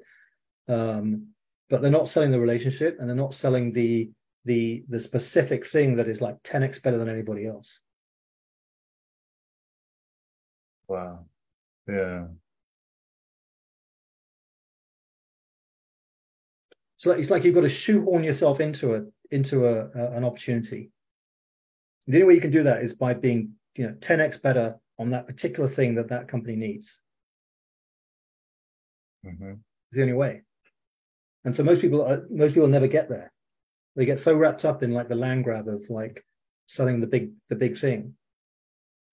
B: um but they're not selling the relationship and they're not selling the the the specific thing that is like 10x better than anybody else
A: Wow. Yeah.
B: so it's like you've got to shoehorn yourself into a into a, a an opportunity the only way you can do that is by being you know 10x better on that particular thing that that company needs
A: hmm
B: It's the only way. And so most people, are, most people never get there. They get so wrapped up in like the land grab of like selling the big, the big thing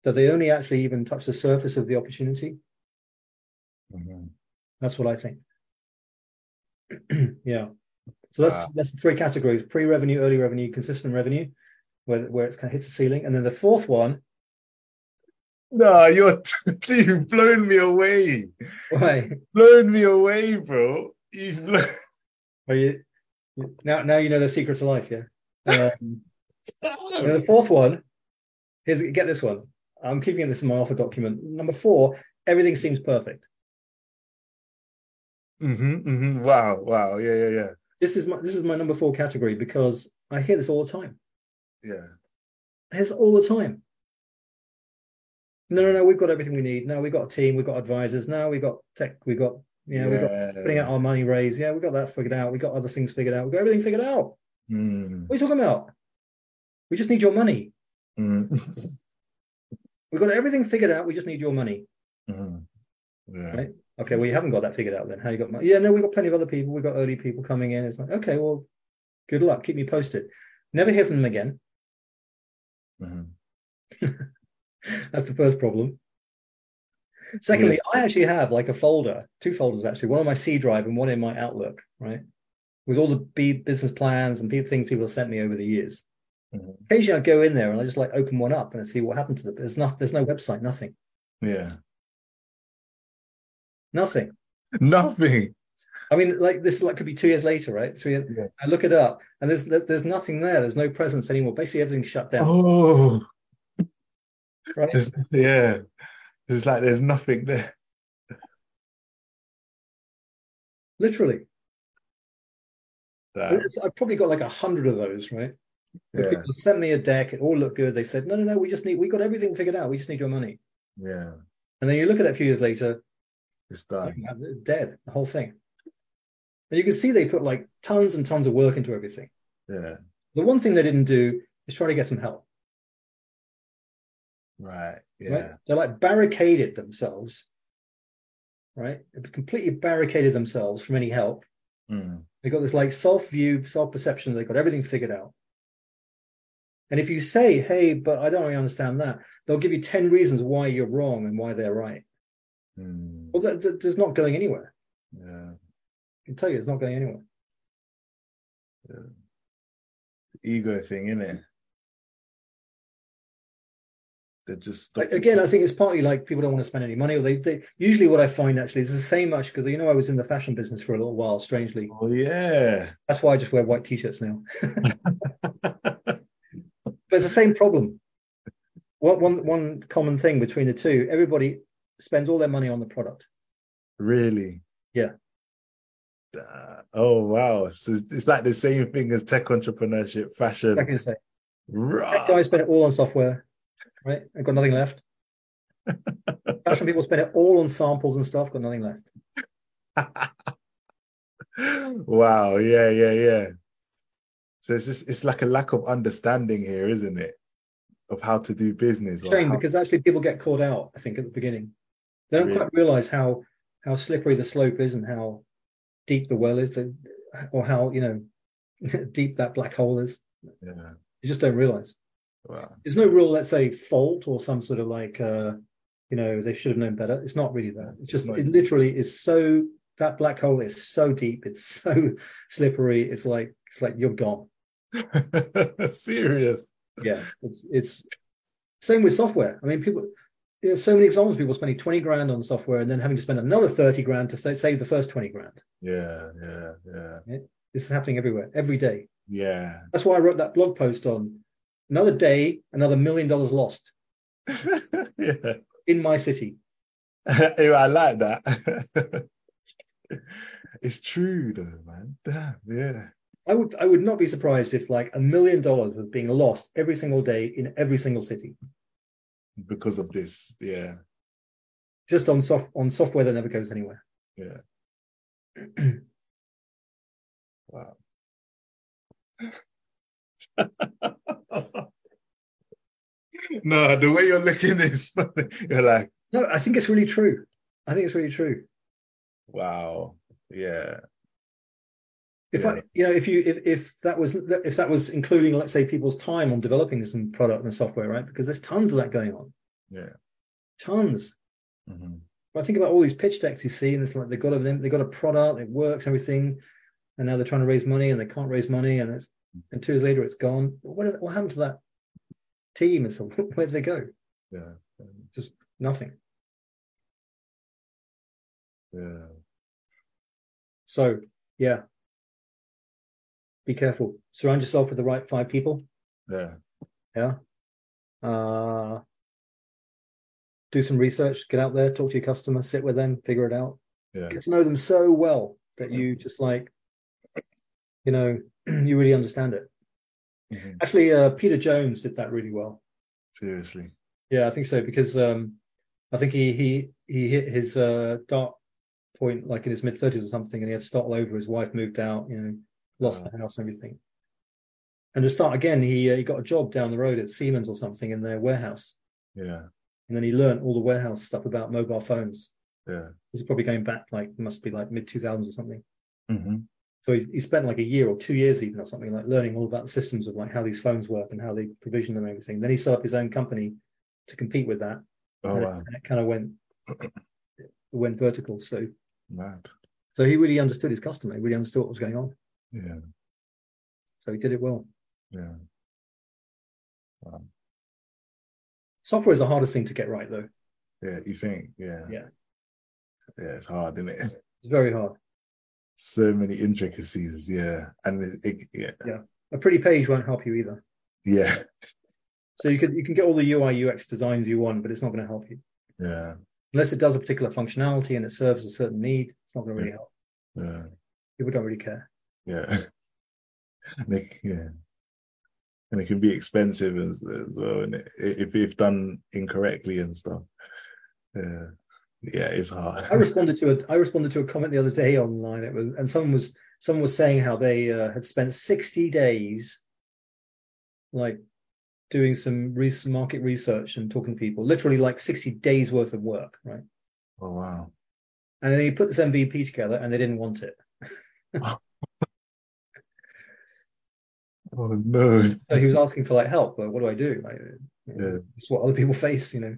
B: that they only actually even touch the surface of the opportunity.
A: hmm
B: That's what I think. yeah. So that's
A: Wow.
B: that's the three categories: pre-revenue, early revenue, consistent revenue, where where it kind of hits the ceiling, and then the fourth one,
A: No, you're you've blown me away.
B: right,
A: Blown me away, bro. You've blown.
B: where you now now you know the secret to life, yeah. Um, and the fourth one, here's get this one. I'm keeping this in my offer document. Number four, everything seems perfect.
A: hmm hmm Wow, wow, yeah, yeah, yeah,
B: This is my this is my number four category because I hear this all the time.
A: yeah.
B: I hear this all the time. No, no, no, we've got everything we need. No, we've got a team, we've got advisors, now we've got tech, we've got yeah, we've got putting out our money raise, yeah, we've got that figured out, we've got other things figured out, we've got everything figured out.
A: Mm,
B: What are you talking about? We just need your money.
A: mm,
B: We've got everything figured out, we just need your money.
A: mm. Yeah.
B: Right. Okay, well, you haven't got that figured out then. How you got money? Yeah, no, we've got plenty of other people. We've got early people coming in. It's like, okay, well, good luck. Keep me posted. Never hear from them again.
A: Mhm.
B: That's the first problem. Secondly, I actually have like a folder, two folders actually, one on my C drive and one in my Outlook, right? With all the B business plans and the things people have sent me over the years.
A: Mhm.
B: Occasionally I go in there and I just like open one up and see what happened to it. There's nothing, there's no website, nothing,
A: Yeah.
B: nothing.
A: Nothing.
B: I mean, like this like could be two years later, right? Three years.
A: Yeah.
B: I look it up and there's there's nothing there. There's no presence anymore. Basically everything's shut down.
A: Oh,
B: right?
A: it's, yeah. It's like there's nothing there.
B: Literally.
A: That-
B: It's- I've probably got like a hundred of those, right? The
A: yeah,
B: people sent me a deck, it all looked good. They said, No, no, no, we just need we got everything figured out, we just need your money.
A: yeah.
B: And then you look at it a few years later,
A: It's done.
B: like, it's dead, the whole thing. And you can see they put like tons and tons of work into everything.
A: Yeah.
B: The one thing they didn't do is try to get some help.
A: Right.
B: right?
A: Yeah.
B: They like barricaded themselves, right? They completely barricaded themselves from any help.
A: Mm.
B: They got this like self view, self perception. They got everything figured out. And if you say, "Hey, but I don't really understand that," they'll give you ten reasons why you're wrong and why they're right.
A: Mm.
B: Well, that, that, that's not going anywhere.
A: Yeah.
B: I can tell you, it's not going anywhere.
A: Ego thing, innit? They're just
B: Like, again, I think it's partly like people don't want to spend any money, or they, they usually what I find actually is the same much because you know I was in the fashion business for a little while. Strangely,
A: Oh yeah.
B: that's why I just wear white t-shirts now. but it's the same problem. One, one, one common thing between the two: everybody spends all their money on the product.
A: Really?
B: Yeah.
A: Uh, oh wow! So it's, it's like the same thing as tech entrepreneurship, fashion.
B: Exactly the same. Tech
A: Right.
B: guys spend it all on software, right? I've got nothing left. Fashion people spend it all on samples and stuff. Got nothing left.
A: wow. Yeah. Yeah. Yeah. So it's just it's like a lack of understanding here, isn't it, of how to do business? or
B: Shame
A: how-
B: because actually people get caught out. I think at the beginning, they don't
A: Really?
B: quite realize how how slippery the slope is and how deep the well is, and- or how you know deep that black hole is.
A: yeah.
B: You just don't realize.
A: Wow.
B: There's no real, let's say, fault or some sort of like, uh, you know, they should have known better. It's not really that. It's
A: It's
B: just
A: not-
B: it literally is so that black hole is so deep. It's so slippery. It's like it's like you're gone.
A: Serious.
B: Yeah, it's it's same with software. I mean, people. There's so many examples of people spending 20 grand on software and then having to spend another 30 grand to fa- save the first 20 grand.
A: Yeah. Yeah. Yeah.
B: This is happening everywhere, every day.
A: Yeah.
B: That's why I wrote that blog post on another day, another million dollars lost
A: yeah.
B: in my city.
A: Anyway, I like that. it's true though, man. Damn, yeah.
B: I would I would not be surprised if like a million dollars was being lost every single day in every single city
A: Because of this. Yeah.
B: just on soft on software that never goes anywhere.
A: Yeah. wow. no, the way you're looking is funny. You're like,
B: No, I think it's really true. I think it's really true.
A: wow. Yeah.
B: If
A: Yeah.
B: I you know if you if, if that was if that was including let's say people's time on developing some product and software right because there's tons of that going on.
A: Yeah.
B: Tons.
A: Mhm.
B: But I think about all these pitch decks you see and it's like they got a they got a product it works everything and now they're trying to raise money and they can't raise money and it's and two years later it's gone. What what happened to that team. It's like, where'd they go?
A: Yeah.
B: Just nothing.
A: Yeah.
B: So, yeah. Be careful. Surround yourself with the right five people.
A: Yeah.
B: Uh, do some research, get out there, talk to your customer, sit with them, figure it out.
A: Yeah.
B: Get to know them so well that you just like, you know, you really understand it.
A: Mhm.
B: Actually, uh, Peter Jones did that really well.
A: Seriously.
B: Yeah, I think so because um, I think he he he hit his uh, dark point like in his mid thirties or something, and he had to start all over. His wife moved out, you know, lost
A: Wow.
B: the house and everything. And to start again, he uh, he got a job down the road at Siemens or something in their warehouse,
A: Yeah.
B: and then he learned all the warehouse stuff about mobile phones.
A: Yeah.
B: This is probably going back like must be like mid two thousands or something.
A: hmm
B: So he, he spent like a year or two years even or something like learning all about the systems of like how these phones work and how they provision them and everything. Then he set up his own company to compete with that
A: Oh
B: and, it,
A: wow.
B: and it kind of went it went vertical. So
A: Mad.
B: so he really understood his customer. He really understood what was going on.
A: Yeah.
B: So he did it well.
A: Yeah. Wow.
B: Software is the hardest thing to get right, though.
A: Yeah. You think? Yeah.
B: Yeah.
A: Yeah. It's hard, isn't it?
B: It's very hard.
A: So many intricacies. Yeah. And it, it, yeah.
B: A pretty page won't help you either.
A: Yeah.
B: So you could you can get all the UI UX designs you want, but it's not going to help you
A: Yeah.
B: unless it does a particular functionality and it serves a certain need. It's not going to really help.
A: Yeah.
B: People don't really care.
A: Yeah. And it, yeah. And it can be expensive as, as well, and it, if if done incorrectly and stuff. Yeah. Yeah. It's hard.
B: I responded to a I responded to a comment the other day online. It was and someone was someone was saying how they uh, had spent sixty days, like doing some res- market research and talking to people. Literally like sixty days worth of work, right?
A: Oh wow.
B: And then he put this MVP together, and they didn't want it.
A: Oh no.
B: So he was asking for like help. Like, what do I do? Like, you know,
A: Yeah.
B: It's what other people face, you know.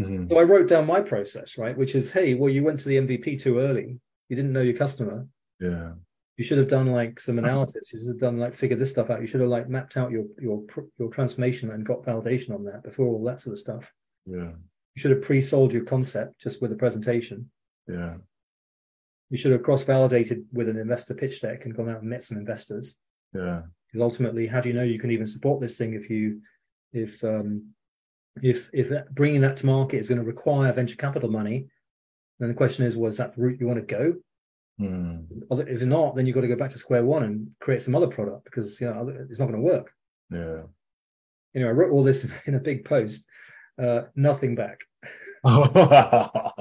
A: Mhm.
B: So I wrote down my process, right, which is, hey, well, you went to the MVP too early. You didn't know your customer.
A: Yeah.
B: you should have done like some analysis you should have done like figure this stuff out you should have like mapped out your your pr- your transformation and got validation on that before all that sort of stuff
A: Yeah.
B: you should have pre-sold your concept just with a presentation
A: Yeah.
B: you should have cross-validated with an investor pitch deck and gone out and met some investors
A: Yeah.
B: because ultimately how do you know you can even support this thing if you if um if if that- bringing that to market is going to require venture capital money then the question is was that the route you want to go
A: Mm.
B: Other- if not then you've got to go back to square one and create some other product because you know other- it's not going to work
A: Yeah.
B: you know, I wrote all this in a big post, uh, nothing back.
A: that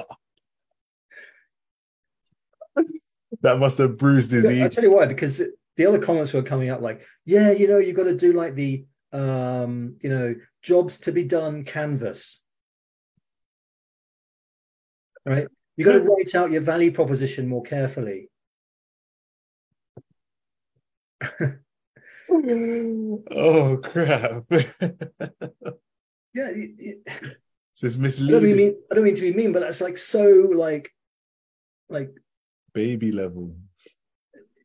A: must have bruised his
B: I'll
A: ego.
B: tell you why, because the other comments were coming up like, yeah, you know, you've got to do like the, um, you know, jobs to be done canvas. All right. You've got to write out your value proposition more carefully.
A: oh crap!
B: Yeah. it- it-
A: this is
B: I don't,
A: misleading.
B: really mean, I don't mean to be mean, but that's like so, like, like
A: Baby level.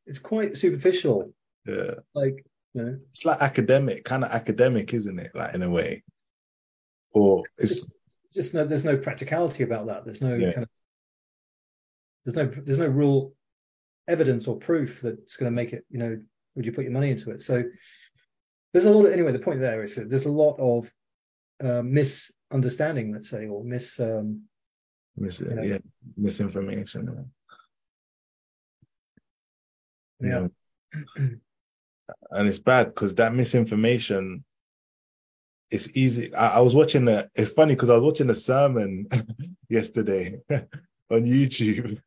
B: it's quite superficial.
A: Yeah,
B: Like, you know,
A: it's like academic, kind of academic, isn't it? Like in a way, or it's
B: just no there's no practicality about that there's no
A: Yeah.
B: kind of there's no there's no real evidence or proof that's going to make it you know would you put your money into it so there's a lot of anyway the point there is that there's a lot of uh, misunderstanding let's say or mis um,
A: mis-
B: Yeah.
A: yeah, misinformation.
B: Yeah.
A: and it's bad because that misinformation it's easy I, I was watching a it's funny because i was watching a sermon yesterday on youtube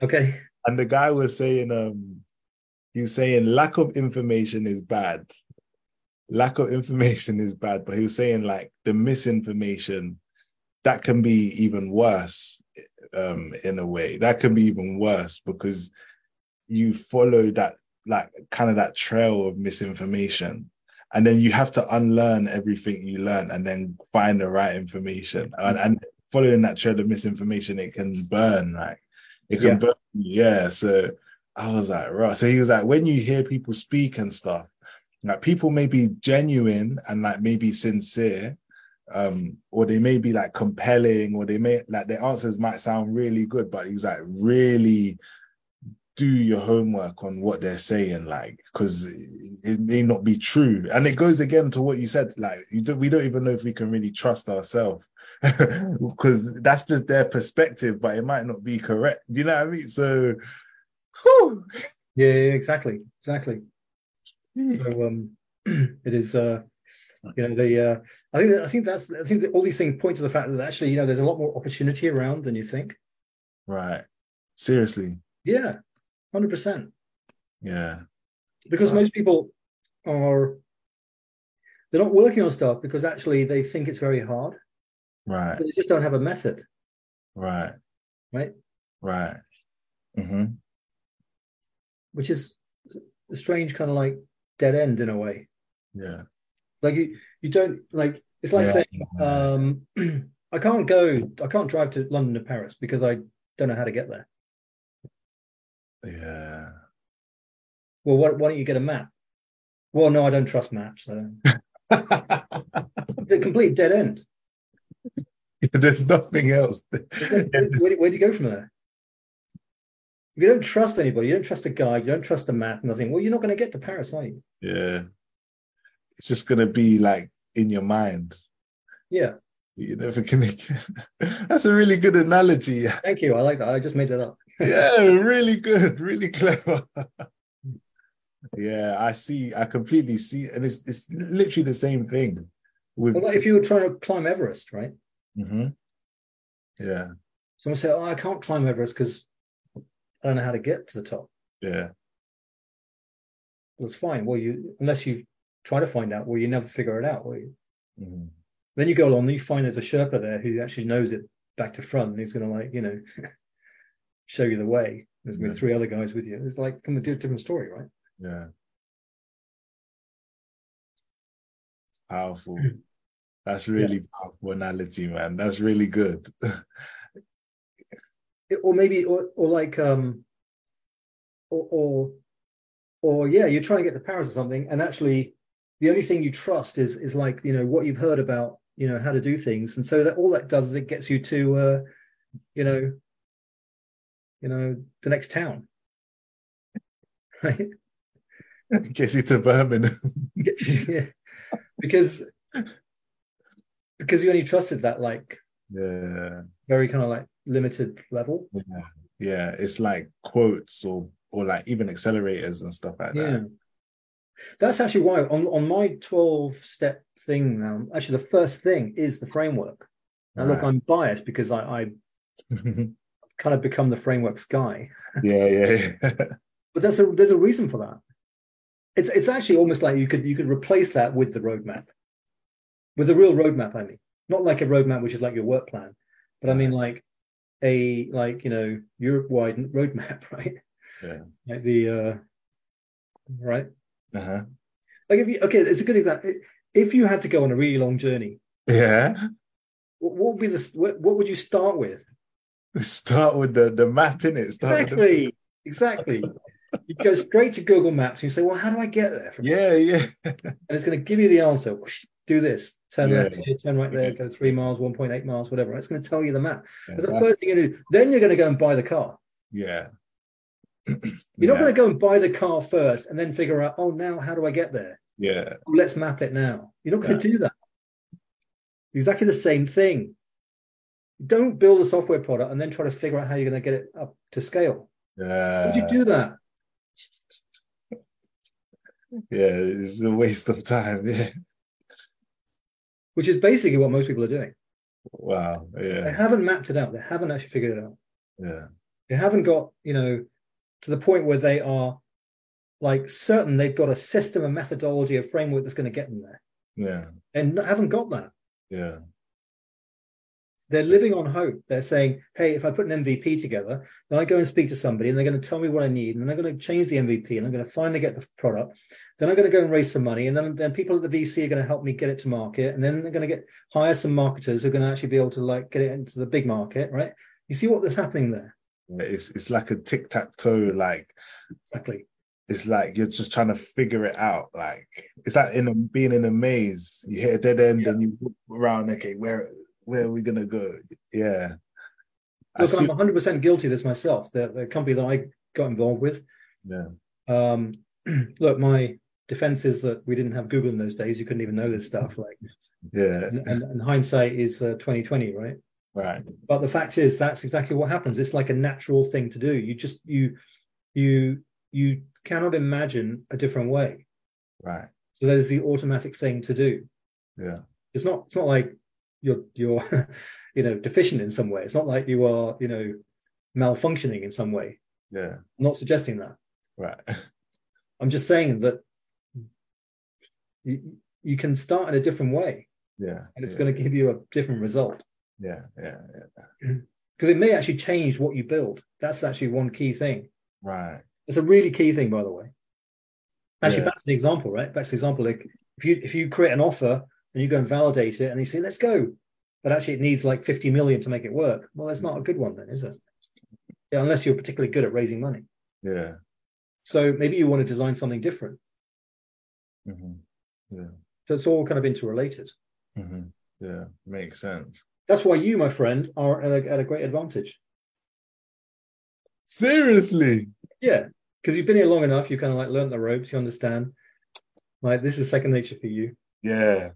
B: okay
A: and the guy was saying um he was saying lack of information is bad lack of information is bad but he was saying like the misinformation that can be even worse um in a way that can be even worse because you follow that like kind of that trail of misinformation and then you have to unlearn everything you learn and then find the right information and, and following that trail of misinformation it can burn like it can
B: Yeah.
A: burn you. yeah so i was like right so he was like when you hear people speak and stuff Like people may be genuine and like maybe sincere, um, or they may be like compelling, or they may like their answers might sound really good, but he's like really do your homework on what they're saying, like because it may not be true. And it goes again to what you said, like you do, we don't even know if we can really trust ourselves because that's just their perspective, but it might not be correct. Do you know what I mean? So, whew.
B: yeah, yeah, exactly, exactly. So um, it is. Uh, you know the uh, I think I think that's I think that all these things point to the fact that actually you know there's a lot more opportunity around than you think.
A: Right. Seriously.
B: Yeah, hundred percent.
A: Yeah.
B: Because most people are they're not working on stuff because actually they think it's very hard.
A: Right.
B: But they just don't have a method,
A: Right.
B: right?
A: Right. Mm-hmm.
B: Which is a strange kind of like dead end in a way.
A: Yeah.
B: Like you, you don't like it's like saying um, I can't go, I can't drive to London or Paris because I don't know how to get there.
A: Yeah.
B: Well, why, why don't you get a map? Well, no, I don't trust maps. So the complete dead end.
A: There's nothing else.
B: Where, where, where do you go from there? If you don't trust anybody, you don't trust a guide, you don't trust a map, nothing. Well, you're not going to get to Paris, are you?
A: yeah. It's just gonna be like in your mind.
B: Yeah.
A: You never can. That's a really good analogy.
B: Thank you. I like that. I just made that up.
A: yeah, really good, really clever. yeah, I see. I completely see, and it's it's literally the same thing. With
B: Well, like if you were trying to climb Everest, right?
A: Mhm. yeah,
B: Someone said, "Oh, I can't climb Everest because I don't know how to get to the top."
A: yeah,
B: Well, that's fine. Well, you unless you try to find out, well, you never figure it out, will you?
A: Mhm.
B: Then you go along, and you find there's a Sherpa there who actually knows it back to front, and he's going to like you know show you the way. There's
A: Yeah.
B: with three other guys with you. It's like come a di- different story, right?
A: yeah. Powerful. That's really powerful analogy, man. That's really good.
B: It- or maybe or, or like um or, or or yeah you're trying to get to paris or something and actually the only thing you trust is is like you know what you've heard about you know how to do things and so that all that does is it gets you to uh you know you know the next town right
A: Gets you to Birmingham.
B: yeah. because because you only trusted that like
A: yeah.
B: very kind of like limited level
A: Yeah, yeah, it's like quotes or or like even accelerators and stuff like
B: yeah
A: that.
B: that's actually why on, on my 12 step thing now actually the first thing is the framework now look
A: Right.
B: i'm biased because I, i've kind of become the frameworks guy
A: yeah, yeah, yeah.
B: but that's a there's a reason for that it's it's actually almost like you could you could replace that with the roadmap with a real roadmap i mean not like a roadmap which is like your work plan but i mean like a like you know europe wide roadmap right
A: Yeah.
B: like the uh right
A: Uh-huh.
B: like if you okay it's a good example if you had to go on a really long journey
A: Yeah.
B: what, what would be the what, what would you start with
A: Start with the the map in it. Start with
B: exactly exactly you go straight to google maps and you say well how do i get there
A: the,
B: from
A: yeah, yeah,
B: and it's going to give you the answer Whoosh, do this turn
A: Yeah.
B: left here turn right there go three miles 1.8 miles whatever it's going to tell you the map
A: yeah.
B: That's the
A: that's-
B: first thing you do then you're going to go and buy the car
A: yeah.
B: you're
A: Yeah,
B: not going to go and buy the car first and then figure out oh now how do i get there
A: yeah,
B: Oh, let's map it now. You're not going to do that. Exactly the same thing. Don't build a software product and then try to figure out how you're going to get it up to scale. How do you
A: yeah,
B: do that?
A: yeah. It's a waste of time. Yeah.
B: Which is basically what most people are doing.
A: Wow.
B: They
A: Yeah.
B: haven't mapped it out. They haven't actually figured it out.
A: Yeah.
B: They haven't got, you know, to the point where they are like certain they've got a system, a methodology, a framework that's going to get them there.
A: Yeah.
B: And not- haven't got that.
A: Yeah.
B: They're living on hope. They're saying, hey, if I put an MVP together, then I go and speak to somebody and they're going to tell me what I need. And then I'm going to change the MVP and I'm going to finally get the product. Then I'm going to go and raise some money. And then, then people at the VC are going to help me get it to market. And then they're going to get hire some marketers who are going to actually be able to like get it into the big market, right? You see what's happening there.
A: It's it's like a tic tac toe, like
B: Exactly.
A: it's like you're just trying to figure it out. Like it's like in a, being in a maze. You hit a dead end
B: Yeah.
A: and you walk around. Okay, where where are we gonna go? Yeah. I
B: Look,
A: see-
B: I'm 100% guilty of this myself. The, the company that I got involved with,
A: yeah.
B: um, look, my defense is that we didn't have Google in those days. You couldn't even know this stuff. Like,
A: Yeah.
B: and, and, and hindsight is uh, 2020, right?
A: Right.
B: but the fact is that's exactly what happens it's like a natural thing to do you just you you you cannot imagine a different way
A: Right.
B: so that is the automatic thing to do
A: Yeah.
B: it's not it's not like you're you're you know deficient in some way it's not like you are you know malfunctioning in some way
A: Yeah.
B: i'm not suggesting that
A: Right.
B: i'm just saying that you, you can start in a different way
A: Yeah.
B: and it's
A: yeah,
B: going to give you a different result
A: Yeah. Yeah. yeah.
B: because it may actually change what you build that's actually one key thing
A: Right.
B: It's a really key thing, by the way. Actually,
A: Yeah.
B: back to the example, right? Back to the example, like if you if you create an offer and you go and validate it and you say, let's go, but actually it needs like 50 million to make it work. Well, that's not a good one then, is it? Yeah, unless you're particularly good at raising money.
A: Yeah.
B: So maybe you want to design something different.
A: hmm
B: So it's all kind of interrelated.
A: hmm Yeah. Makes sense.
B: That's why you, my friend, are at a, at a great advantage.
A: Seriously.
B: Yeah, because you've been here long enough, you kind of like learned the ropes, you understand. Like this is second nature for you.
A: Yeah.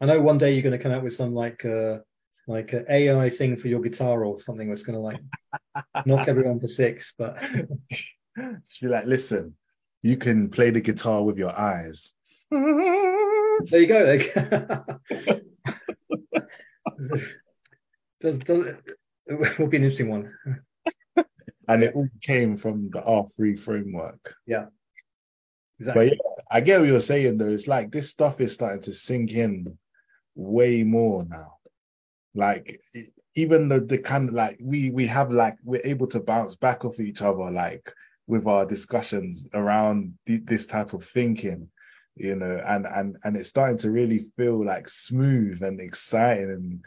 B: I know one day you're going to come out with some like uh like a AI thing for your guitar or something that's going to like knock everyone for six. But
A: Just be like, listen, you can play the guitar with your eyes.
B: there you go. Like, does does it will be an interesting one.
A: and it all came from the R3 framework.
B: Exactly.
A: But yeah, I get what you're saying though. It's like this stuff is starting to sink in way more now. Like e- even though the kind of like we we have like we're able to bounce back off each other like with our discussions around th- this type of thinking, you know, and and and it's starting to really feel like smooth and exciting and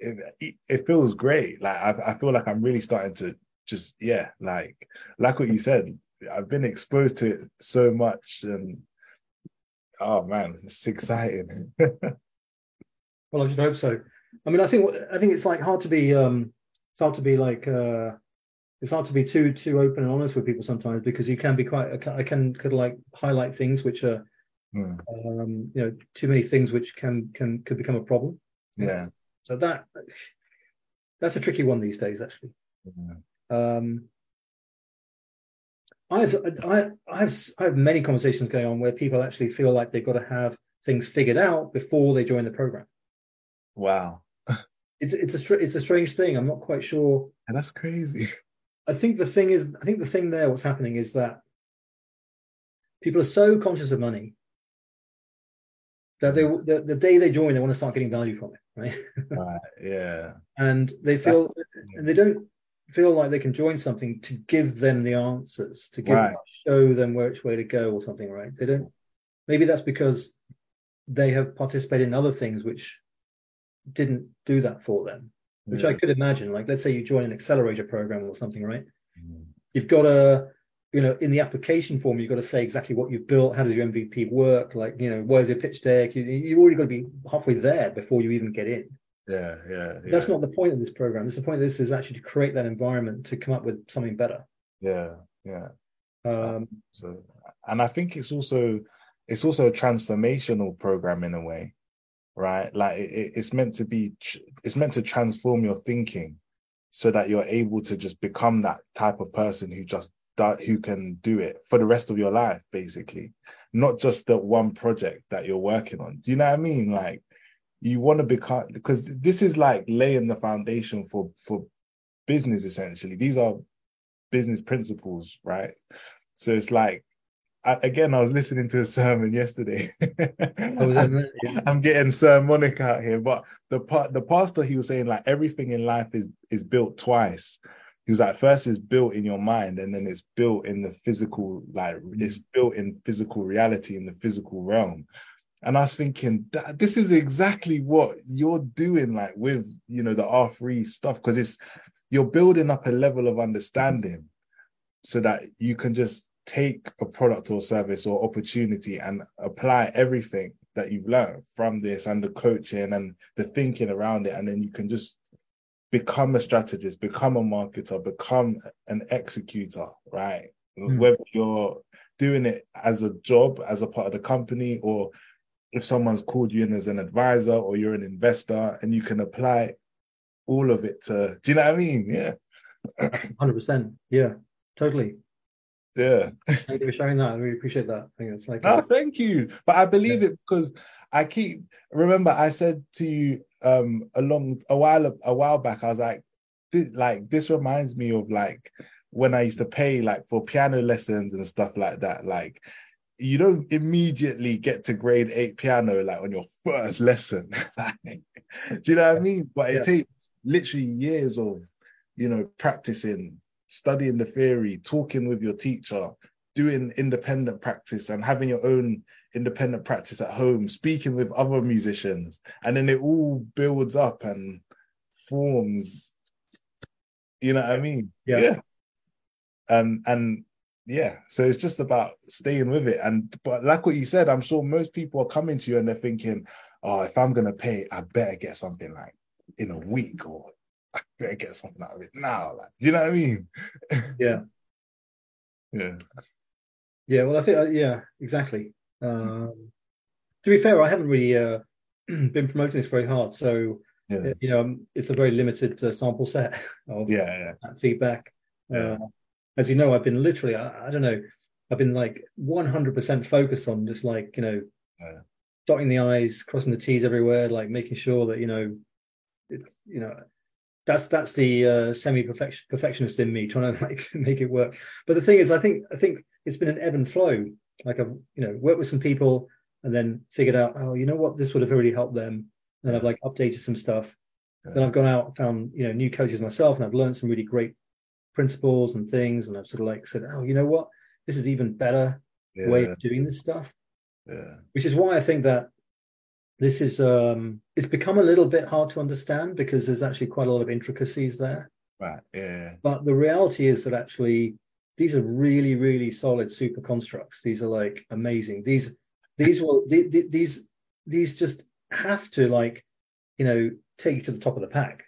A: it, it- it feels great. Like I, I feel like I'm really starting to just yeah, like like what you said, I've been exposed to it so much, and oh man, it's exciting.
B: Well, I should hope so. I mean, I think what- I think it's like hard to be um it's hard to be like uh it's hard to be too too open and honest with people sometimes because you can be quite I can, I can could like highlight things which are
A: Hmm,
B: um you know too many things which can can could become a problem.
A: yeah,
B: So that that's a tricky one these days, actually.
A: yeah,
B: Um, I've I, I have s- I have many conversations going on where people actually feel like they've got to have things figured out before they join the program.
A: wow,
B: It's it's a str- it's a strange thing. I'm not quite sure.
A: And that's crazy.
B: I think the thing is, I think the thing there, what's happening is that people are so conscious of money that they the, the day they join, they want to start getting value from it, right?
A: Right, yeah,
B: And they feel
A: That's-
B: and they don't feel like they can join something to give them the answers to give
A: Right.
B: show them which way to go or something right they don't maybe that's because they have participated in other things which didn't do that for them which i
A: yeah.
B: could imagine like let's say you join an accelerator program or something right
A: Mm,
B: you've got to you know in the application form you've got to say exactly what you've built how does your mvp work like you know where's your pitch deck you, you've already got to be halfway there before you even get in
A: yeah, yeah, yeah,
B: that's not the point of this program. It's the point of this is actually to create that environment to come up with something better.
A: yeah, yeah.
B: Um,
A: So, and I think it's also it's also a transformational program in a way, right? Like it, it- it's meant to be tr- it's meant to transform your thinking so that you're able to just become that type of person who just do, who can do it for the rest of your life, basically, not just the one project that you're working on. Do you know what I mean? Like you want to become because this is like laying the foundation for for business essentially. These are business principles, right? So it's like, I, again, I was listening to a sermon yesterday.
B: I was in yeah.
A: I'm getting sermonic out here, but the part the pastor he was saying like everything in life is is built twice. He was like, first is built in your mind, and then it's built in the physical, like it's built in physical reality in the physical realm. And I was thinking, "That- this is exactly what you're doing, like with you know the R three stuff, because it's you're building up a level of understanding so that you can just take a product or service or opportunity and apply everything that you've learned from this and the coaching and the thinking around it and then you can just become a strategist become a marketer become an executor right mm. whether you're doing it as a job as a part of the company or if someone's called you in as an advisor or you're an investor and you can apply all of it to do you know what i mean yeah
B: 100% yeah totally
A: yeah.
B: thank you for sharing that. I really appreciate that. I think it's like
A: no, a... thank you. But I believe yeah. it because I keep remember I said to you um a long a while a while back, I was like, this like this reminds me of like when I used to pay like for piano lessons and stuff like that. Like you don't immediately get to grade eight piano like on your first lesson. like, do you know what I mean? But it yeah. takes literally years of you know practicing studying the theory, talking with your teacher, doing independent practice and having your own independent practice at home, speaking with other musicians. And then it all builds up and forms, you know what I mean?
B: Yeah. yeah.
A: And, and, yeah, so it's just about staying with it. And but like what you said, I'm sure most people are coming to you and they're thinking, Oh, if I'm gonna pay, I better get something like in a week or I better get something out of it now. Like, you know what I mean?
B: Yeah.
A: yeah.
B: Yeah. Well, I think, uh, yeah, exactly. Um, to be fair, I haven't really uh, been promoting this very hard. So, yeah. you know, um, it's a very limited uh, sample set of
A: yeah, yeah.
B: feedback. Yeah. as you know, I've been literally, I, I, don't know, I've been like 100% focused on just like, you know, dotting the I's, crossing the T's everywhere, like making sure that, you know, it, you know, that's that's the uh, semi perfectionist in me trying to like make it work. But the thing is, I think I think it's been an ebb and flow. Like I've you know worked with some people and then figured out, oh, you know what, this would have really helped them. And I've like updated some stuff. Yeah. Then I've gone out and found you know new coaches myself, and I've learned some really great principles and things. And I've sort of like said, oh, you know what, this is even better yeah. way of doing this stuff.
A: Yeah.
B: Which is why I think that this is um it's become a little bit hard to understand because there's actually quite a lot of intricacies there
A: right yeah
B: but the reality is that actually these are really really solid super constructs these are like amazing these these will the, the, these these just have to like you know take you to the top of the pack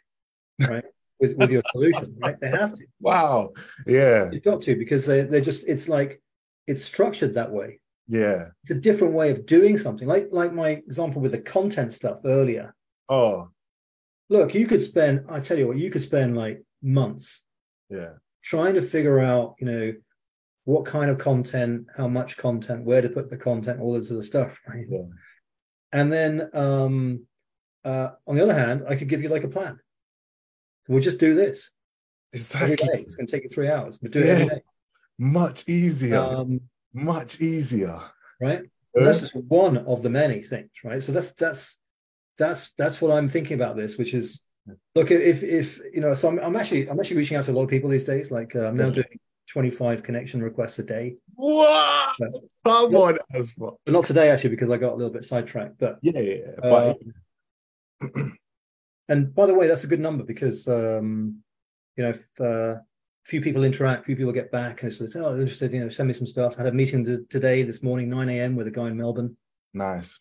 B: right with with your solution right they have to
A: wow yeah
B: you've got to because they they're just it's like it's structured that way
A: yeah
B: it's a different way of doing something like like my example with the content stuff earlier
A: oh
B: look you could spend i tell you what you could spend like months
A: yeah
B: trying to figure out you know what kind of content how much content where to put the content all this other stuff right
A: yeah.
B: and then um uh on the other hand i could give you like a plan we'll just do this
A: exactly
B: day. it's going to take you three hours we'll do yeah. it every day
A: much easier um, much easier
B: right well, Uh, that's just one of the many things right so that's that's that's that's what i'm thinking about this which is look if if you know so i'm, I'm actually i'm actually reaching out to a lot of people these days like uh, i'm now doing 25 connection requests a day
A: what so, come not, on
B: well. but not today actually because i got a little bit sidetracked but
A: yeah, yeah, yeah. But,
B: Uh, um, and by the way that's a good number because um you know if uh few people interact, few people get back, and sort of oh, interested, you know, send me some stuff. I had a meeting t- today, this morning, 9 a.m. with a guy in Melbourne.
A: Nice.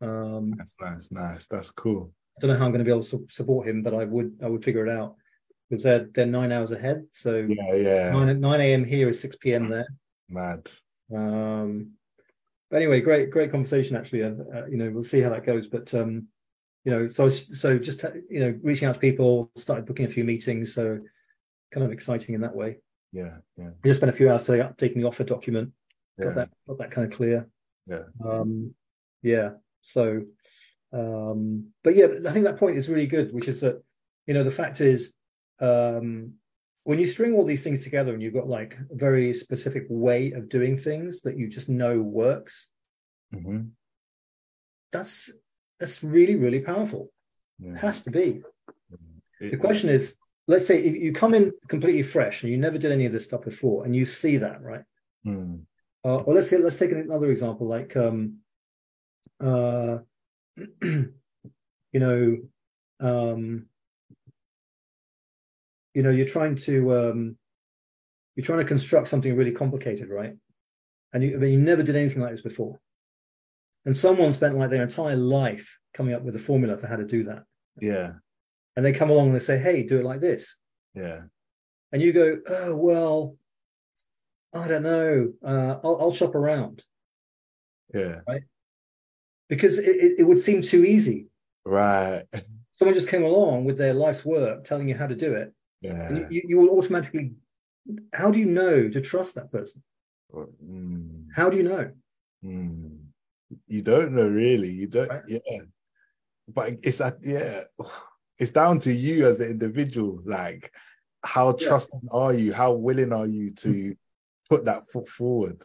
B: Um,
A: That's nice, nice. That's cool.
B: I don't know how I'm going to be able to su- support him, but I would, I would figure it out because they're they're nine hours ahead. So
A: yeah, yeah. Nine,
B: 9 a.m. here is 6 p.m. there.
A: Mad.
B: Um, but anyway, great, great conversation. Actually, uh, uh, you know, we'll see how that goes. But um, you know, so so just uh, you know, reaching out to people, started booking a few meetings. So kind of exciting in that way.
A: Yeah, yeah.
B: I just spent a few hours today updating the offer document. Got yeah. that, got that kind of clear.
A: Yeah.
B: Um, yeah. So, um, but yeah, I think that point is really good, which is that you know the fact is um, when you string all these things together and you've got like a very specific way of doing things that you just know works.
A: Mm-hmm.
B: That's that's really really powerful.
A: Yeah.
B: It has to be. It, the question is, let's say you come in completely fresh and you never did any of this stuff before and you see that right
A: mm.
B: uh, or let's say let's take another example like um uh you know um you know you're trying to um you're trying to construct something really complicated, right? And you, I mean, you never did anything like this before. And someone spent like their entire life coming up with a formula for how to do that.
A: Yeah.
B: And they come along and they say, hey, do it like this.
A: Yeah.
B: And you go, oh, well, I don't know. Uh, I'll, I'll shop around
A: Yeah.
B: because it, it, it would seem too easy.
A: Right.
B: Someone just came along with their life's work telling you how to do it. and
A: Yeah.
B: you, you will automatically, how do you know to trust that person?
A: Mm,
B: How do you know?
A: mm. You don't know really. You don't.
B: Right.
A: Yeah. But it's uh, yeah. It's down to you as an individual. Like, how
B: Yeah. Hmm.
A: trusting are you? How willing are you to put that foot forward?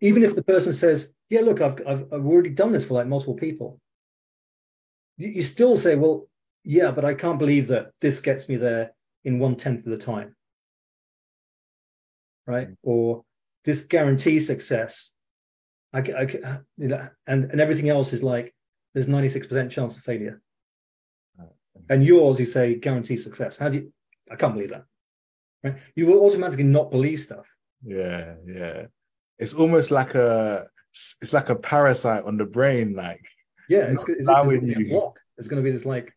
B: even if the person says, "Yeah, look, I've I've, I've already done this for like multiple people," you, you still say, "Well, yeah, but I can't believe that this gets me there in one tenth of the time, right?" Or this guarantees success. I, ca- I ca- you know, and and everything else is like there's ninety six percent chance of failure. And yours, you say, guarantees success. How do you? I can't believe that. Right? You will automatically not believe stuff.
A: Yeah. Yeah. It's almost like a. It's like a parasite on the brain. Like,
B: yeah, it's,
A: not
B: go- it's, it's
A: allowing
B: going to be
A: you.
B: a block. It's going to be this like,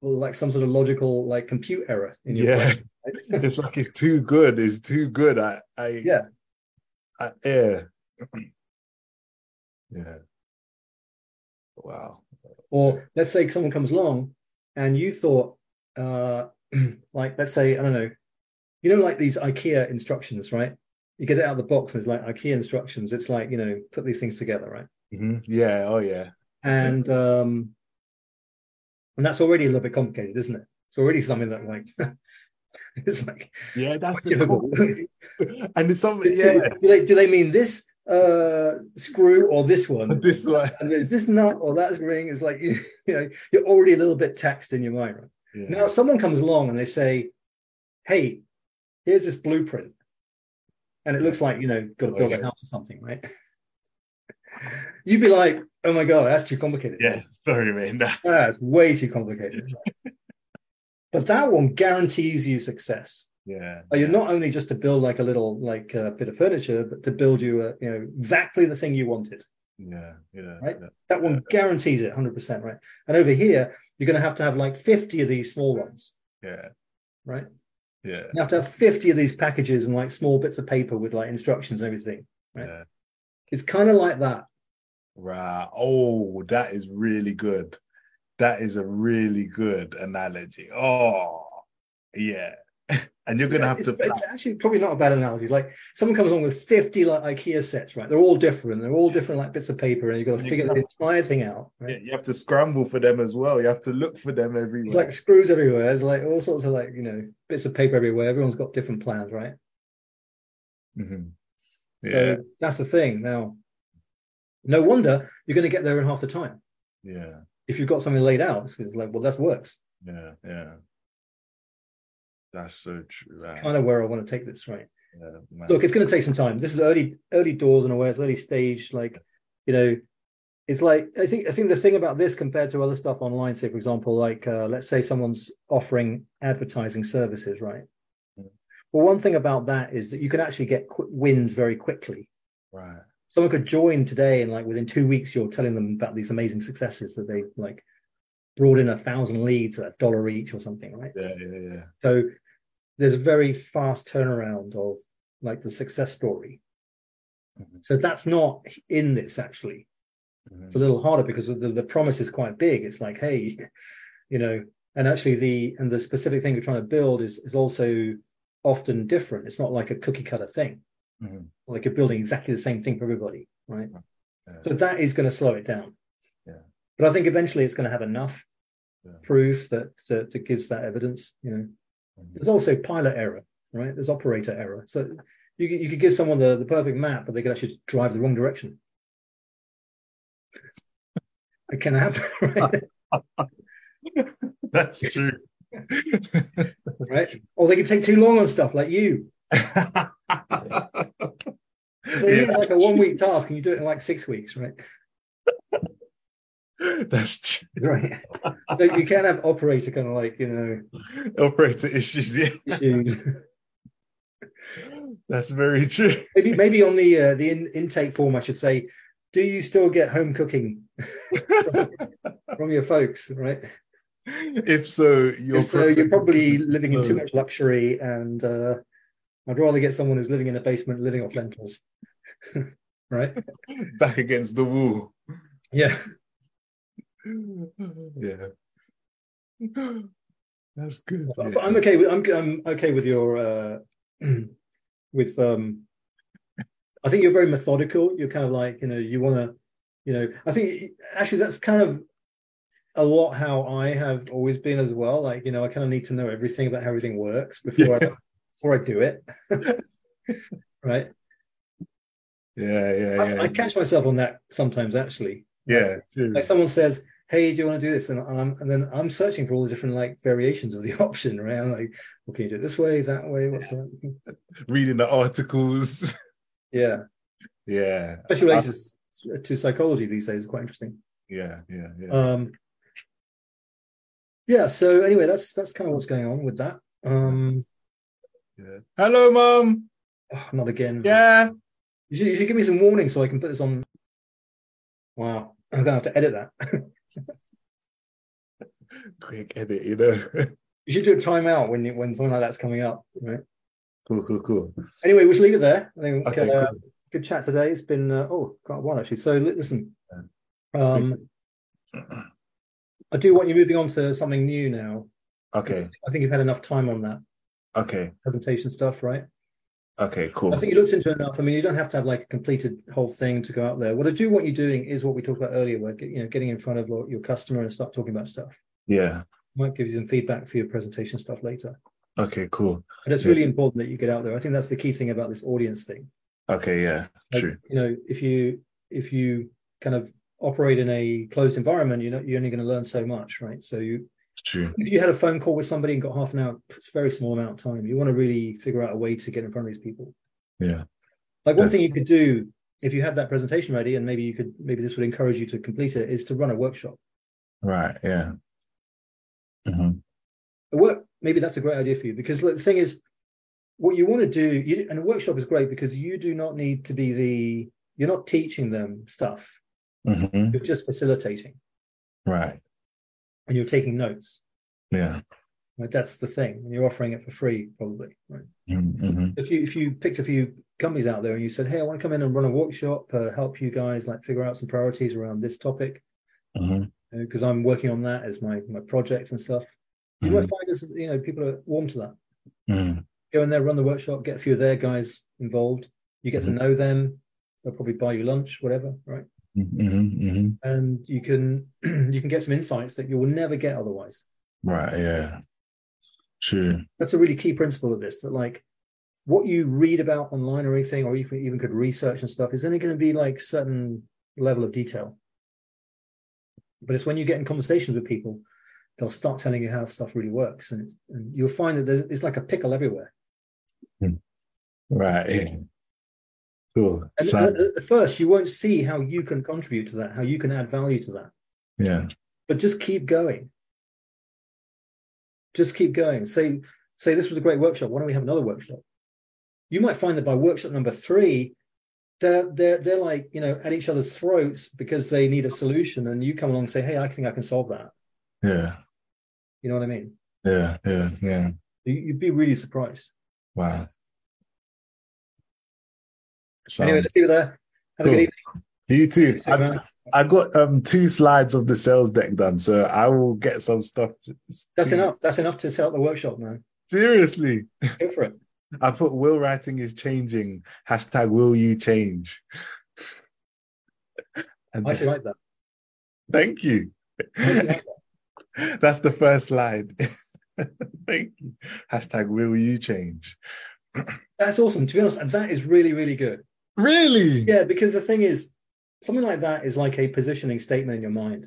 B: well, like some sort of logical like compute error in your
A: yeah.
B: brain. right?
A: it's like it's too good. It's too good. I, I
B: Yeah.
A: I, yeah, yeah. Wow.
B: or let's say someone comes along and you thought, uh, like, let's say I don't know, you know, like these IKEA instructions, right? You get it out of the box and it's like IKEA instructions. It's like you know, put these things together, right?
A: hmm Yeah. Oh yeah.
B: And um, and that's already a little bit complicated, isn't it? It's already something that like it's like
A: Yeah. That's the
B: Difficult.
A: goal. and it's something.
B: Do-
A: Yeah.
B: Do they do they mean this uh screw or this one?
A: This one.
B: And is this nut or that ring? It's like you, you know you're already a little bit taxed in your mind. Right?
A: Yeah.
B: Now someone comes along and they say, "Hey, here's this blueprint," and it looks like you know got to build
A: Okay.
B: a house or something, right? You'd be like, "Oh my god, that's too complicated."
A: yeah. Sorry, man. Nah.
B: that's way too complicated. but that one guarantees you success.
A: Yeah.
B: But Oh, you're not only just to build like a little like uh, bit of furniture, but to build you a, you know exactly the thing you wanted.
A: Yeah. Yeah.
B: Right?
A: yeah.
B: That one guarantees it 100 percent, right? And over here, you're going to have to have like 50 of these small ones,
A: Yeah.
B: right?
A: Yeah.
B: You have to have 50 of these packages and like small bits of paper with like instructions and everything. Right.
A: yeah.
B: It's kind of like that.
A: Right. Oh, that is really good. That is a really good analogy. Oh, yeah. and you're gonna have
B: it's,
A: to.
B: it's actually probably not a bad analogy. Like someone comes along with 50 like IKEA sets, right? They're all different. They're all different like bits of paper, and you've got to
A: You
B: figure the
A: can-
B: entire thing out. Right?
A: Yeah, you have to scramble for them as well. You have to look for them
B: There's,
A: everywhere.
B: like screws everywhere. There's like all sorts of like you know bits of paper everywhere. Everyone's got different plans, right?
A: Mhm.
B: So
A: Yeah,
B: that's the thing. Now, no wonder you're going to get there in half the time
A: yeah,
B: if you've got something laid out. It's like, well, that works.
A: yeah, yeah. That's so true. man.
B: Kind of where I want to take this, right?
A: Yeah, man.
B: Look, it's going to take some time. This is early, early doors in a way. It's early stage. Like, you know, it's like I think I think the thing about this compared to other stuff online, say for example, like uh, let's say someone's offering advertising services, right?
A: Mhm.
B: Well, one thing about that is that you can actually get quick wins very quickly.
A: right.
B: someone could join today and like within two weeks you're telling them about these amazing successes that they like brought in a thousand leads at a dollar each or something right
A: Yeah, yeah, yeah.
B: so there's very fast turnaround of like the success story
A: Mhm.
B: so that's not in this actually it's a
A: Mhm.
B: little harder because the, the promise is quite big it's like hey you know and actually the and the specific thing you're trying to build is is also often different it's not like a cookie cutter thing
A: Mhm.
B: like you're building exactly the same thing for everybody right
A: Yeah.
B: So that is going to slow it down.
A: Yeah.
B: But I think eventually it's going to have enough
A: Yeah.
B: proof that, that that gives that evidence. You know,
A: Mhm.
B: there's also pilot error, right? There's operator error. So you could- you could give someone the, the perfect map, but they could actually drive the wrong direction. It can happen, right?
A: That's true.
B: right? Or they could take too long on stuff, like you. So yeah,
A: Yeah,
B: like a one week task, and you do it in like six weeks, right?
A: that's true.
B: Right. so you can have operator kind of like you know
A: Operator issues. Yeah,
B: issues.
A: That's very true.
B: Maybe maybe on the uh, the in, intake form, I should say, do you still get home cooking from your folks? Right.
A: if so, you're
B: If so uh, you're probably living in too
A: No.
B: much luxury, and uh, I'd rather get someone who's living in a basement, living off lentils. right.
A: back against the wall.
B: Yeah.
A: Yeah. That's good.
B: But
A: yeah.
B: I'm okay with I'm, I'm okay with your uh, with um. I think you're very methodical. You're kind of like you know you want to, you know. I think actually that's kind of a lot how I have always been as well. Like you know I kind of need to know everything about how everything works before I before I do it. right.
A: Yeah, yeah, yeah.
B: I, I catch myself on that sometimes actually.
A: yeah, too.
B: Like someone says. Hey, do you want to do this? And I'm and then I'm searching for all the different like variations of the option, right? I'm like, well, can you do it this way, that way? What's that?
A: Reading the articles.
B: Yeah,
A: yeah.
B: especially related to- to psychology these days is quite interesting.
A: Yeah, yeah, yeah.
B: Um, yeah. So anyway, that's that's kind of what's going on with that. Um,
A: yeah. Hello, mom.
B: oh, not again.
A: Yeah.
B: You should, you should give me some warning so I can put this on. Wow, I'm gonna have to edit that.
A: Quick edit, you know.
B: you should do a timeout when you, when something like that's coming up. Right.
A: cool, cool, cool.
B: Anyway, we'll just leave it there. I think
A: Okay,
B: uh,
A: cool.
B: good chat today. It's been uh, oh quite a while actually. So li- listen, um, I do want you moving on to something new now.
A: Okay,
B: I think you've had enough time on that.
A: okay,
B: presentation stuff, right?
A: okay, cool.
B: I think you looked into enough. I mean, you don't have to have like a completed whole thing to go out there. What I do want you doing is what we talked about earlier, where get- you know, getting in front of your your customer and start talking about stuff.
A: yeah.
B: Might give you some feedback for your presentation stuff later.
A: Okay, cool.
B: But it's
A: Yeah.
B: really important that you get out there. I think that's the key thing about this audience thing.
A: Okay, yeah.
B: Like,
A: True.
B: You know, if you if you kind of operate in a closed environment, you're not you're only going to learn so much, right? So you
A: True.
B: if you had a phone call with somebody and got half an hour, it's a very small amount of time. You want to really figure out a way to get in front of these people.
A: Yeah.
B: Like one
A: Yeah.
B: thing you could do if you had that presentation ready, and maybe you could, maybe this would encourage you to complete it, is to run a workshop.
A: Right. Yeah. Mhm.
B: A work, maybe that's a great idea for you because look, the thing is, what you want to do, you, and a workshop is great because you do not need to be the, you're not teaching them stuff.
A: Mhm.
B: You're just facilitating
A: Right.
B: and you're taking notes.
A: Yeah.
B: Right? That's the thing, and you're offering it for free, probably. Right?
A: Mm-hmm.
B: If you if you picked a few companies out there and you said, hey, I want to come in and run a workshop, uh, help you guys like figure out some priorities around this topic,
A: hmm
B: because I'm working on that as my my project and stuff. You might find this, you know, people are warm to that.
A: mm-hmm,
B: Go in there, run the workshop, get a few of their guys involved. You get to know them. They'll probably buy you lunch, whatever, right?
A: hmm
B: And you can you can get some insights that you will never get otherwise.
A: Right. Yeah. True.
B: That's a really key principle of this. That like what you read about online or anything, or even even could research and stuff, is only going to be like certain level of detail. But it's when you get in conversations with people, they'll start telling you how stuff really works, and, it's, and you'll find that there's, it's like a pickle everywhere.
A: Right. Yeah. Cool.
B: And uh,
A: So-
B: at- at first, you won't see how you can contribute to that, how you can add value to that.
A: yeah.
B: But just keep going. Just keep going. Say, say this was a great workshop. Why don't we have another workshop? You might find that by workshop number three, they're they're they're like you know at each other's throats because they need a solution, and you come along and say, "Hey, I think I can solve that."
A: Yeah.
B: You know what I mean?
A: Yeah. Yeah. Yeah.
B: You, you'd be really surprised.
A: Wow. So,
B: Anyway, just leave it there. Have a
A: Cool.
B: good evening.
A: you too.
B: See you,
A: I,
B: man.
A: I got um two slides of the sales deck done, so I will get some stuff.
B: That's enough. That's enough to sell the workshop, man.
A: Seriously,
B: Go for it.
A: I put will writing is changing. Hashtag will you change? And
B: I should like that.
A: thank you.
B: I should like that.
A: That's the first slide. thank you. Hashtag will you change?
B: That's awesome. To be honest, and that is really, really good.
A: Really?
B: Yeah, because the thing is, something like that is like a positioning statement in your mind.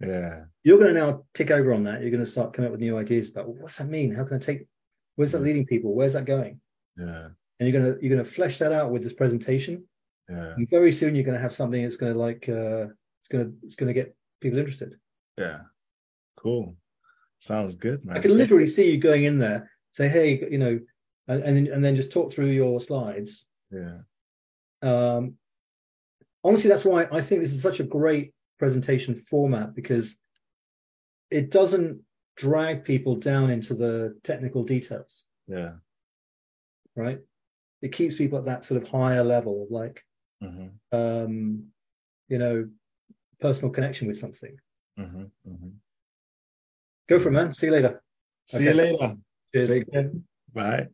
A: Yeah.
B: You're going to now tick over on that. You're going to start coming up with new ideas about well, what's that mean? How can I take? Where's that leading people? Where's that going?
A: Yeah.
B: And you're going to you're going to flesh that out with this presentation.
A: Yeah.
B: And very soon you're going to have something that's going to like uh, it's going to it's going to get people interested.
A: Yeah. Cool. Sounds good, man.
B: I can literally see you going in there, say, hey, you know, and and, then- and then just talk through your slides.
A: Yeah.
B: Um, honestly, that's why I think this is such a great presentation format because it doesn't drag people down into the technical details,
A: Yeah.
B: right? It keeps people at that sort of higher level of like,
A: hmm
B: um, you know, personal connection with something.
A: hmm hmm
B: Go for it, man. See you later.
A: See you
B: Okay.
A: later.
B: Cheers.
A: Take care. Bye.